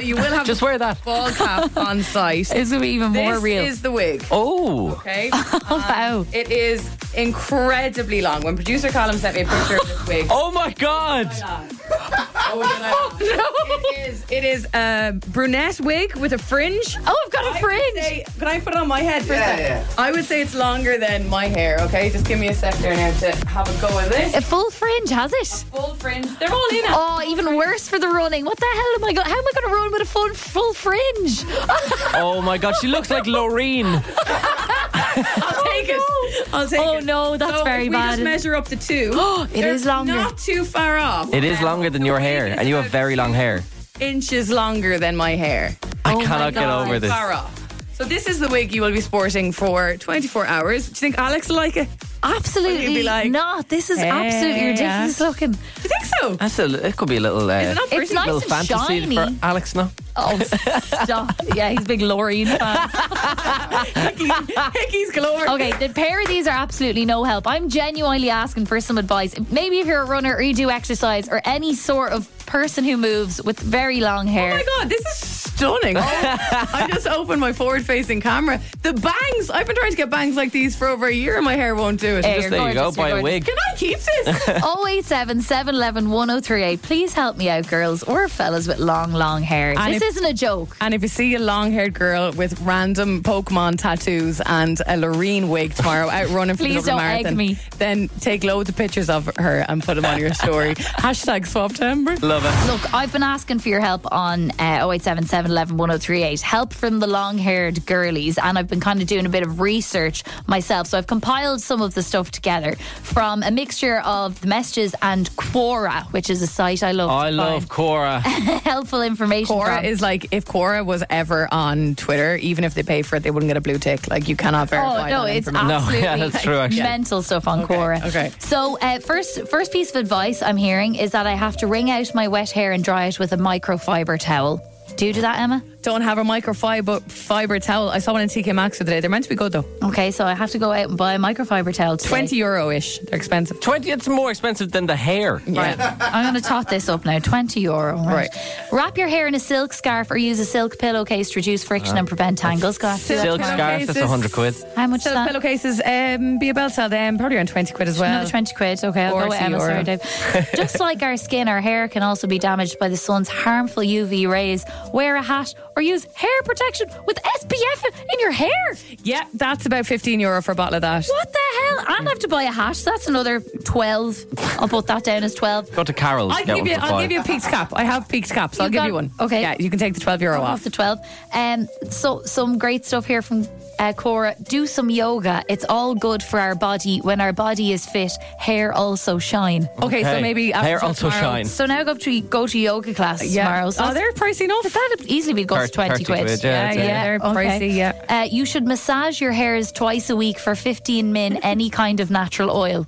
you will have
Just wear that.
ball cap on site.
This will be even more
This
real.
is um, the wig.
Oh.
Okay.
wow.
It is incredibly long. When producer Colin sent me a picture of this wig,
Oh my god!
Oh,
it is it is a brunette wig with a fringe.
Oh, I've got a fringe.
can I put it on my head for a second? I would say it's longer than my hair. Okay, just give me a sec there now to have a go with
a
this.
full fringe, has it?
Full fringe. They're all in. it.
Oh, even worse for the running. What the hell am I going? How am I going to run with a full full fringe?
Oh my god, she looks like Loreen.
I'll take it. I'll take
Oh
it.
no, that's
so
very
if we
bad.
Just measure up to two.
It
they're
is longer.
Not too far off.
It is
Um,
longer than
the
your
wig
hair,
is
and you have
about
very long hair.
Inches longer than my hair.
I
Oh my
cannot get
God.
over this.
Far off. So this is the wig you will be sporting for 24 hours. Do you think Alex will like it? What do you
Absolutely
be like?
not. This is absolutely
Hey,
ridiculous looking.
Do you think so?
That's a. It could be a little. Uh,
Isn't that pretty?
It's nice
little
and
fantasy
shiny.
for Alex. No.
Oh, stop. Yeah, he's a big Lorraine fan.
Hickey's galore.
Okay, the pair of these are absolutely no help. I'm genuinely asking for some advice. Maybe if you're a runner or you do exercise or any sort of person who moves with very long hair.
Oh my god, this is stunning. Oh, I just opened my forward facing camera. The bangs. I've been trying to get bangs like these for over a year and my hair won't do it.
Hey,
Just
you're
there you go.
gorgeous, Oh,
Buy
you're
a
gorgeous.
wig.
Can I keep this?
087 711 1038. Please help me out, girls or fellas with long, long hair.
And
this
if-
isn't a joke.
And if you see a long haired girl with random Pokemon tattoos and a Loreen wig tomorrow out running for the
Please
Dublin
don't egg
Marathon,
me.
then take loads of pictures of her and put them on your story. Hashtag Swaptember.
Love it.
Look, I've been asking for your help on uh, 087 711 1038. Help from the long haired girlies. And I've been kind of doing a bit of research myself. So I've compiled some of the stuff together from a mixture of the messages and Quora, which is a site I love.
I
to
love Cora.
find helpful information.
Cora
from.
is like if Cora was ever on Twitter, even if they pay for it, they wouldn't get a blue tick. Like you cannot verify.
Oh no,
that
it's
information.
No,
absolutely
yeah, that's true, actually.
mental stuff on Quora.
okay.
So uh, first, first piece of advice I'm hearing is that I have to wring out my wet hair and dry it with a microfiber towel. Do you do that, Emma?
don't have a microfiber fiber towel. I saw one in TK Maxx the other day. They're meant to be good though.
Okay, so I have to go out and buy a microfiber towel. Today.
Twenty euro ish. They're expensive.
Twenty. It's more expensive than the hair.
Yeah.
I'm going to tot this up now. 20 euro. Right.
Right.
Wrap your hair in a silk scarf or use a silk pillowcase to reduce friction and prevent tangles. Go after
Uh, Silk
that.
scarf. That's
Pillowcases.
hundred quid.
How much is
So
that?
pillowcases, um, be a belt sell them probably around twenty quid as well.
Another 20 quid. Okay, I'll go
Or
with
to
Emma. Sorry,
Euro.
Dave. Just like our skin, our hair can also be damaged by the sun's harmful UV rays. Wear a hat or use hair protection with SPF in your hair.
Yeah, that's about fifteen euro for a bottle of that.
What the hell? And I have to buy a hat. So that's another 12. I'll put that down as 12.
Go to Carol's. get
I'll give
one
you.
for
I'll
five.
give you a peaked cap. I have peaked caps. I'll
You've
give
got-
you one.
okay.
Yeah, you can take the twelve euro
off
off.
the 12. Um, so, some great stuff here from uh, Cora. Do some yoga. It's all good for our body. When our body is fit, hair also shine.
Okay, so
Hey,
maybe after
hair also
tomorrow-
shine.
So now go to go to yoga class
Yeah.
tomorrow. So
oh, they're pricey enough.
that'd easily be cost
Thir-
20
30
quid.
quid, yeah,
Yeah, yeah, they're pricey, yeah.
Uh, you should massage your hairs twice a week for 15
Mm-hmm.
min any kind of natural oil.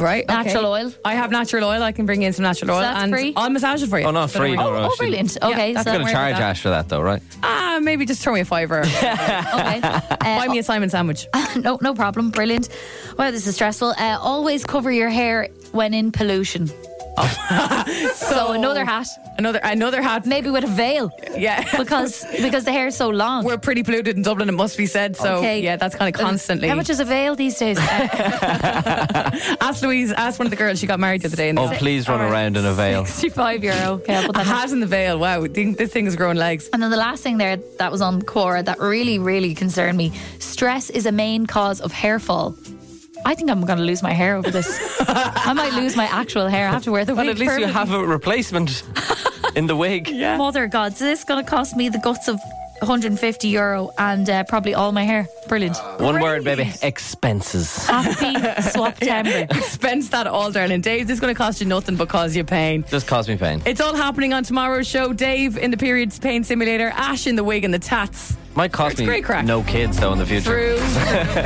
Right. okay.
Natural oil.
I have natural oil. I can bring in some natural oil
that's
and
free?
I'll massage it for you.
Oh, not
So don't
free.
worry.
no, no,
Oh,
she-
brilliant. Okay,
that's
so
I'm gonna
good. Don't worry
charge
about that.
Ash for that though, right?
Ah, maybe just throw me a fiver.
okay. Uh,
Buy me a Simon sandwich.
no, no problem. Brilliant. Wow, this is stressful. Uh, always cover your hair when in pollution. so another hat,
Oh, Another another hat.
maybe with a veil,
Yeah.
because because the hair is so long.
We're pretty polluted in Dublin, it must be said. So
Okay. Um,
yeah, that's kind of constantly.
How much is a veil these days? Uh,
ask Louise, ask one of the girls. She got married the other day. In the
Oh, please run around in a veil.
Sixty-five euro. Okay, I'll put
A
that. in.
hat in the veil. Wow, th- this thing is growing legs.
And then the last thing there that was on Quora that really, really concerned me stress is a main cause of hair fall. I think I'm going to lose my hair over this. I might lose my actual hair. I have to wear the
Well,
wig.
at least you
permanently.
have a replacement in the wig.
Mother of God, so this is going to cost me the guts of 150 euro and uh, probably all my hair. Brilliant.
One word, baby. Expenses.
Happy swap timber.
Expense that all, darling. Dave, this is going to cost you nothing but cause you pain.
Just cause me pain.
It's all happening on tomorrow's show. Dave in the periods pain simulator, Ash in the wig and the tats.
Might cost
It's
me
great crack.
no kids though in the future.
True.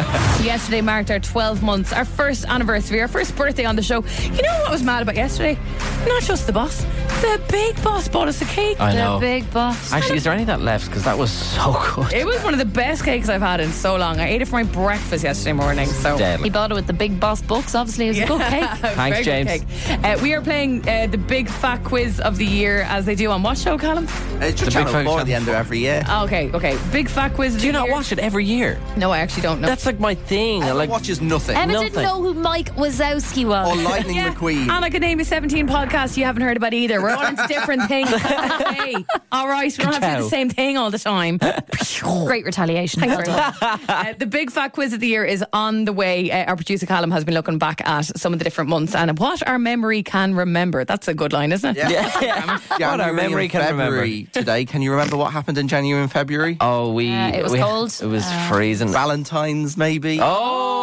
yesterday marked our 12 months, our first anniversary, our first birthday on the show. You know what I was mad about yesterday? Not just the boss, the big boss bought us a cake.
I know.
boss.
Actually, is there any of that left? Because that was so good.
It was one of the best cakes I've had in so long. I ate it for my breakfast yesterday morning. So
Deadly.
He bought it with the big boss books. Obviously, it was a good cake.
Thanks,
Very
James.
good cake. Uh, we are playing uh, the big fat quiz of the year as they do on what show, Callum?
It's
big
just channel
fucking
four
Channel
at the end of every year.
Ah, Okay, okay. Big fat quiz. Of
Do you
the
not
year.
watch it every year?
No, I actually don't know.
That's like my thing. I like
Watches nothing.
Emma
Nothing.
didn't know who Mike Wazowski
or
was.
Lightning McQueen.
And I could name you 17 podcasts you haven't heard about either. We're on to different things. Hey, all right, we don't have to do
Ka-chow.
the same thing all the time.
Oh.
Great retaliation.
Thanks very much. Uh, the big fat quiz of the year is on the way. Uh, our producer Callum has been looking back at some of the different months and what our memory can remember. That's a good line, isn't it?
Yeah. What our
January and
memory can
February
remember.
today. Can you remember what happened in January and February?
Oh, we.
Uh, it was
we-
cold.
It was freezing.
Valentine's, maybe.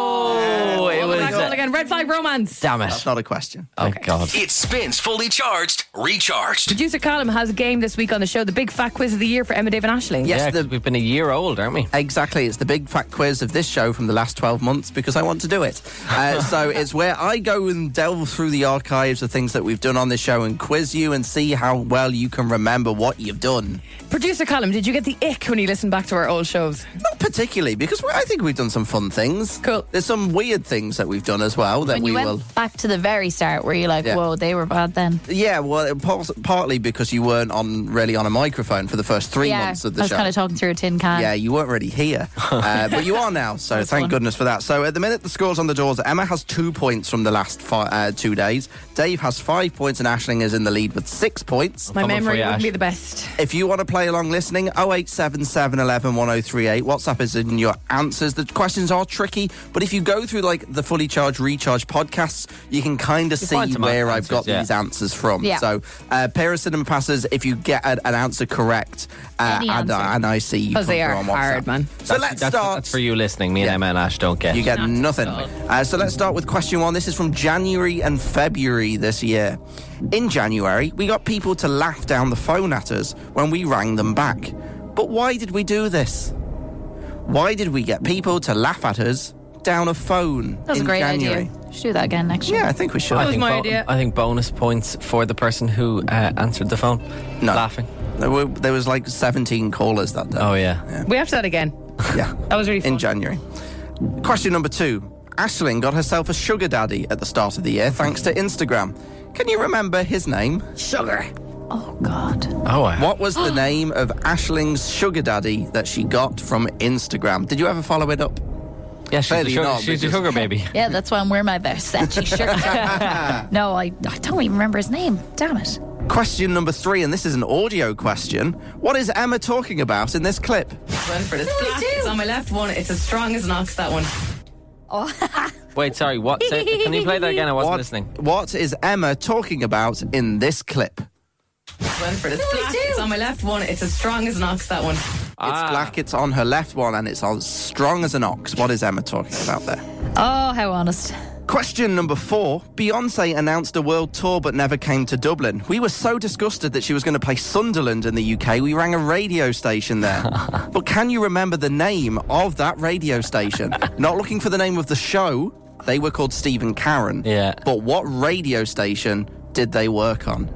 Oh, it was.
Back on again. Red flag romance.
damn it.
That's not a question.
Oh God.
It spins fully charged, recharged.
Producer Callum has a game this week on the show. The big fat quiz of the year for Emma, Dave, and Ashley.
Yes,
Yeah, 'cause
the-
we've been a year old, aren't we?
Exactly. It's the big fat quiz of this show from the last 12 months because I want to do it. Uh, so it's where I go and delve through the archives of things that we've done on this show and quiz you and see how well you can remember what you've done.
Producer Callum, did you get the ick when you listened back to our old shows?
Not particularly because we- I think we've done some fun things.
Cool.
There's some weird things that we've done as well that
When
we
you went
will.
back to the very start, were you like,
Yeah.
whoa, they were bad then?
Yeah, well, it par- partly because you weren't on really on a microphone for the first three
yeah,
months of
I
the
was
show.
kind of talking through a tin can.
Yeah, you weren't really here, uh, but you are now. So thank
fun.
goodness for that. So at the minute, the score's on the doors. Emma has two points from the last fi- uh, two days. Dave has five points, and Ashling is in the lead with six points.
My
Coming for
memory
you,
wouldn't
Ash.
be the best.
If you want to play along listening, 0877 11 1038. WhatsApp is in your answers. The questions are tricky, but if you go through like the fully charged, recharge podcasts, you can kind of see
find some
where
answers,
I've got
yeah.
these answers from.
Yeah.
So, uh, pair of cinnamon passes if you get an, an answer correct, uh,
Any
and,
answer.
and I see you.
Because
come
they
through
are
on WhatsApp.
hard, man.
So let's
that's,
start.
That's for you listening. Me and
Yeah.
Emma and Ash don't get.
You get nothing. Uh, so let's start with question one. This is from January and February this year. In January, we got people to laugh down the phone at us when we rang them back. But why did we do this? Why did we get people to laugh at us down a phone
That was
in
a great
January?
idea. Should do that again next year.
Yeah, I think we should.
I
was
think
my idea.
I think bonus points for the person who uh, answered the phone.
No.
Laughing.
There, were, there was like 17 callers that day.
Oh yeah.
We have to do that again.
yeah.
That was really fun.
in January. Question number two. Ashling got herself a sugar daddy at the start of the year thanks to Instagram. Can you remember his name?
Sugar.
Oh, God.
Oh wow.
What was the name of Ashling's sugar daddy that she got from Instagram? Did you ever follow it up?
Yeah, she's a
Clearly
sugar,
not,
she's a
because-
sugar baby.
Yeah, that's why I'm wearing my Versace shirt. no, I, I don't even remember his name. Damn it.
Question number three, and this is an audio question. What is Emma talking about in this clip?
Renford. It's black. It's on my left one. It's as strong as an ox, that one.
Wait, sorry. What? Say, can you play that again? I wasn't
What-
listening.
What is Emma talking about in this clip? It's
Renford. It's black. It's on my left one. It's as strong as an ox, that one.
Ah.
black, it's on her left one, and it's as strong as an ox. What is Emma talking about there?
Oh, how honest.
Question number four Beyonce announced a world tour but never came to Dublin. We were so disgusted that she was going to play Sunderland in the UK, we rang a radio station there. but can you remember the name of that radio station? Not looking for the name of the show, they were called Stephen Karen.
Yeah.
But what radio station did they work on?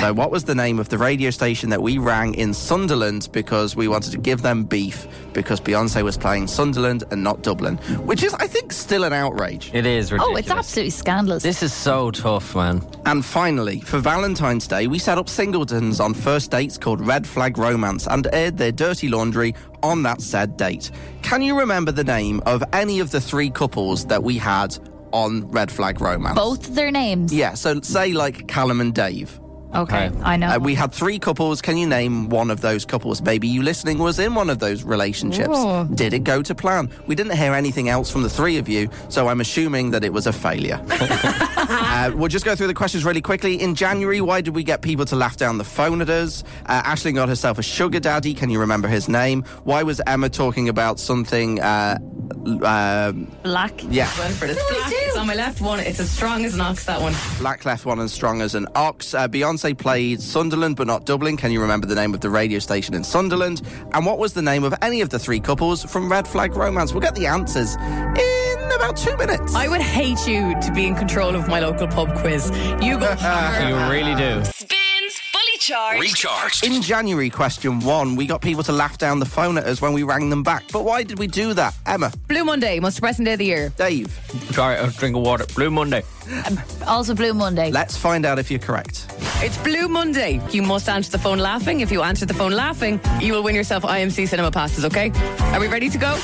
So, what was the name of the radio station that we rang in Sunderland because we wanted to give them beef because Beyonce was playing Sunderland and not Dublin, which is, I think, still an outrage.
It is
Oh,
ridiculous.
it's absolutely scandalous.
This is so tough, man.
And finally, for Valentine's Day, we set up singletons on first dates called Red Flag Romance and aired their dirty laundry on that said date. Can you remember the name of any of the three couples that we had on Red Flag Romance?
Both their names.
Yeah, so say like Callum and Dave.
Okay, I know.
Uh, we had three couples. Can you name one of those couples? Maybe you listening was in one of those relationships.
Ooh.
Did it go to plan? We didn't hear anything else from the three of you, so I'm assuming that it was a failure. uh, we'll just go through the questions really quickly. In January, why did we get people to laugh down the phone at us? Uh, Ashley got herself a sugar daddy. Can you remember his name? Why was Emma talking about something? Uh, l- um,
Black.
Yeah.
But it's black. It's on my left one. It's as strong as an ox, that one.
Black left one and strong as an ox. Uh, Beyonce played Sunderland but not Dublin. Can you remember the name of the radio station in Sunderland? And what was the name of any of the three couples from Red Flag Romance? We'll get the answers in about two minutes.
I would hate you to be in control of my local pub quiz. You go hard.
You really do.
Spins fully charged.
In January, question one, we got people to laugh down the phone at us when we rang them back. But why did we do that? Emma,
Blue Monday, most depressing day of the year.
Dave,
Sorry, I was drinking water. Blue Monday.
Also, Blue Monday.
let's find out if you're correct.
It's Blue Monday. You must answer the phone laughing. If you answer the phone laughing, you will win yourself IMC cinema passes, okay? Are we ready to go?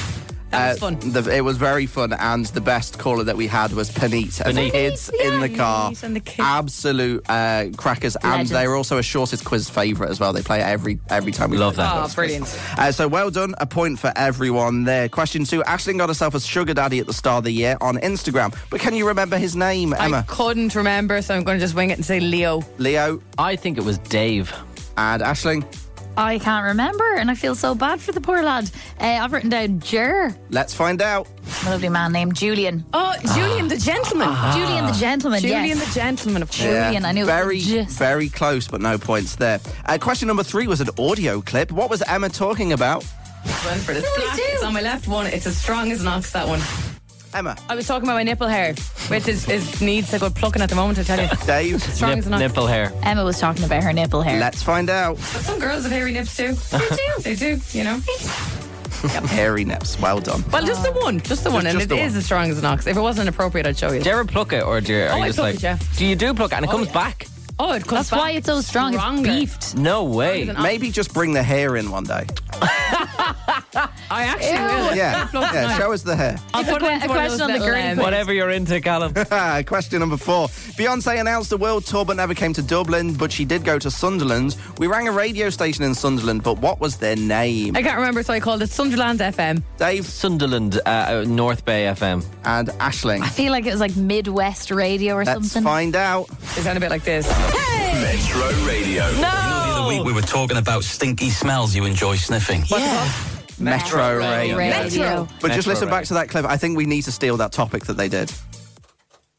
That was fun.
Uh, The, it was very fun, and the best caller that we had was Panit and the
Panit.
kids in the car.
Panit and the kids.
Absolute uh, crackers, and
Legends.
they're also a shortest quiz favourite as well. They play it every every time we
Love
play
that.
Ah,
the
Oh,
shortest quiz.
brilliant.
Uh, so well done, a point for everyone there. Question two: Ashley got herself a sugar daddy at the start of the year on Instagram, but can you remember his name,
I
Emma?
couldn't remember, so I'm going to just wing it and say Leo.
Leo
I think it was Dave.
and Ashling.
I can't remember, and I feel so bad for the poor lad. Uh, I've written down Jer,
Let's find out.
a lovely man named Julian.
Oh, Julian the gentleman.
Julian the gentleman.
Ah. Julian
yes.
the gentleman, of course.
Julian, I knew it was
very,
just-
very close, but no points there. Uh, question number three was an audio clip. What was Emma talking about?
But it's black. It's on my left one. It's as strong as an ox, that one.
Emma,
I was talking about my nipple hair, which is, is needs a good plucking at the moment, I tell you.
Dave.
Strong
Nip-
as an ox.
nipple hair.
Emma was talking about her nipple hair.
Let's find out.
But some girls have hairy nips too. They do. they do, you know.
Hairy nips. Well done.
Well, just the one. Just the one.
just
and
the
it
one.
is as strong as an ox. If it wasn't appropriate, I'd show you.
Do you ever pluck it, or do you, are
Oh,
you
I
just
pluck
like?
it, yeah.
Do you do pluck it, and it comes back?
Oh, it comes
That's why it's so strong.
Stronger.
It's beefed.
No way.
an
Maybe just bring the hair in one day.
I actually will.
Yeah,
Pluck
yeah.
it.
Show us the hair.
I'll
It's a
put
que-
one
a
for one of
question
those
on the
little,
green
um,
thing.
Whatever you're into, Callum.
Ah, Question number four. Beyonce announced the world tour but never came to Dublin, but she did go to Sunderland. We rang a radio station in Sunderland, but what was their name?
I can't remember, so I called it Sunderland FM.
Dave
Sunderland, uh, uh, North Bay FM.
and Ashling.
I feel like it was like Midwest radio or
Let's
something.
find out.
It sounded a bit like this.
Metro Radio. The other week we were talking about stinky smells you enjoy sniffing.
Metro Radio.
Radio.
But just
Metro
listen
Radio.
back to that clip. I think we need to steal that topic that they did.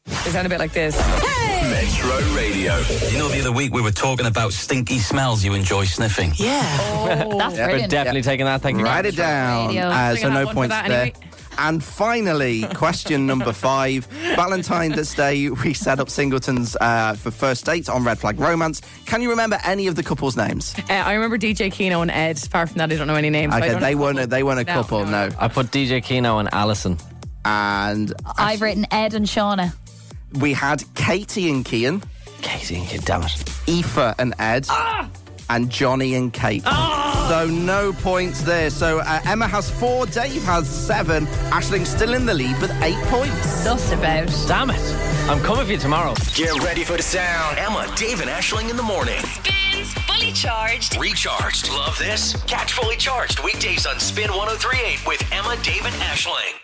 It sounded a bit like this. Uh,
Metro Radio. You know, the other week we were talking about stinky smells you enjoy sniffing.
That's
We're
brilliant.
definitely taking that. Thank you.
Write it down.
Radio.
Uh, so
Bring
no
that one for
points
that
there.
anyway.
And finally, question number five. Valentine's Day, we set up singletons uh, for first dates on Red Flag Romance. Can you remember any of the couple's names?
Uh, I remember DJ Keno and Ed. Apart from that, I don't know any names. so I
Okay,
don't know.
they weren't. A, they weren't a
No,
couple, no.
no,
I put DJ Keno and Allison.
And
I've written Ed and Shauna.
we had Katie and Kian,
Katie, you damn it.
Aoife and Ed,
Ah!
and Johnny and Kate. So no points there. So uh, Emma has four, Dave has seven, Ashling's still in the lead with eight points.
Just about.
Damn it. I'm coming for you tomorrow.
Get ready for the sound. Emma, Dave, and Ashling in the morning.
Spins fully charged.
oh Recharged. Love this? Catch fully charged weekdays on Spin 1038 with Emma, Dave, and Ashling.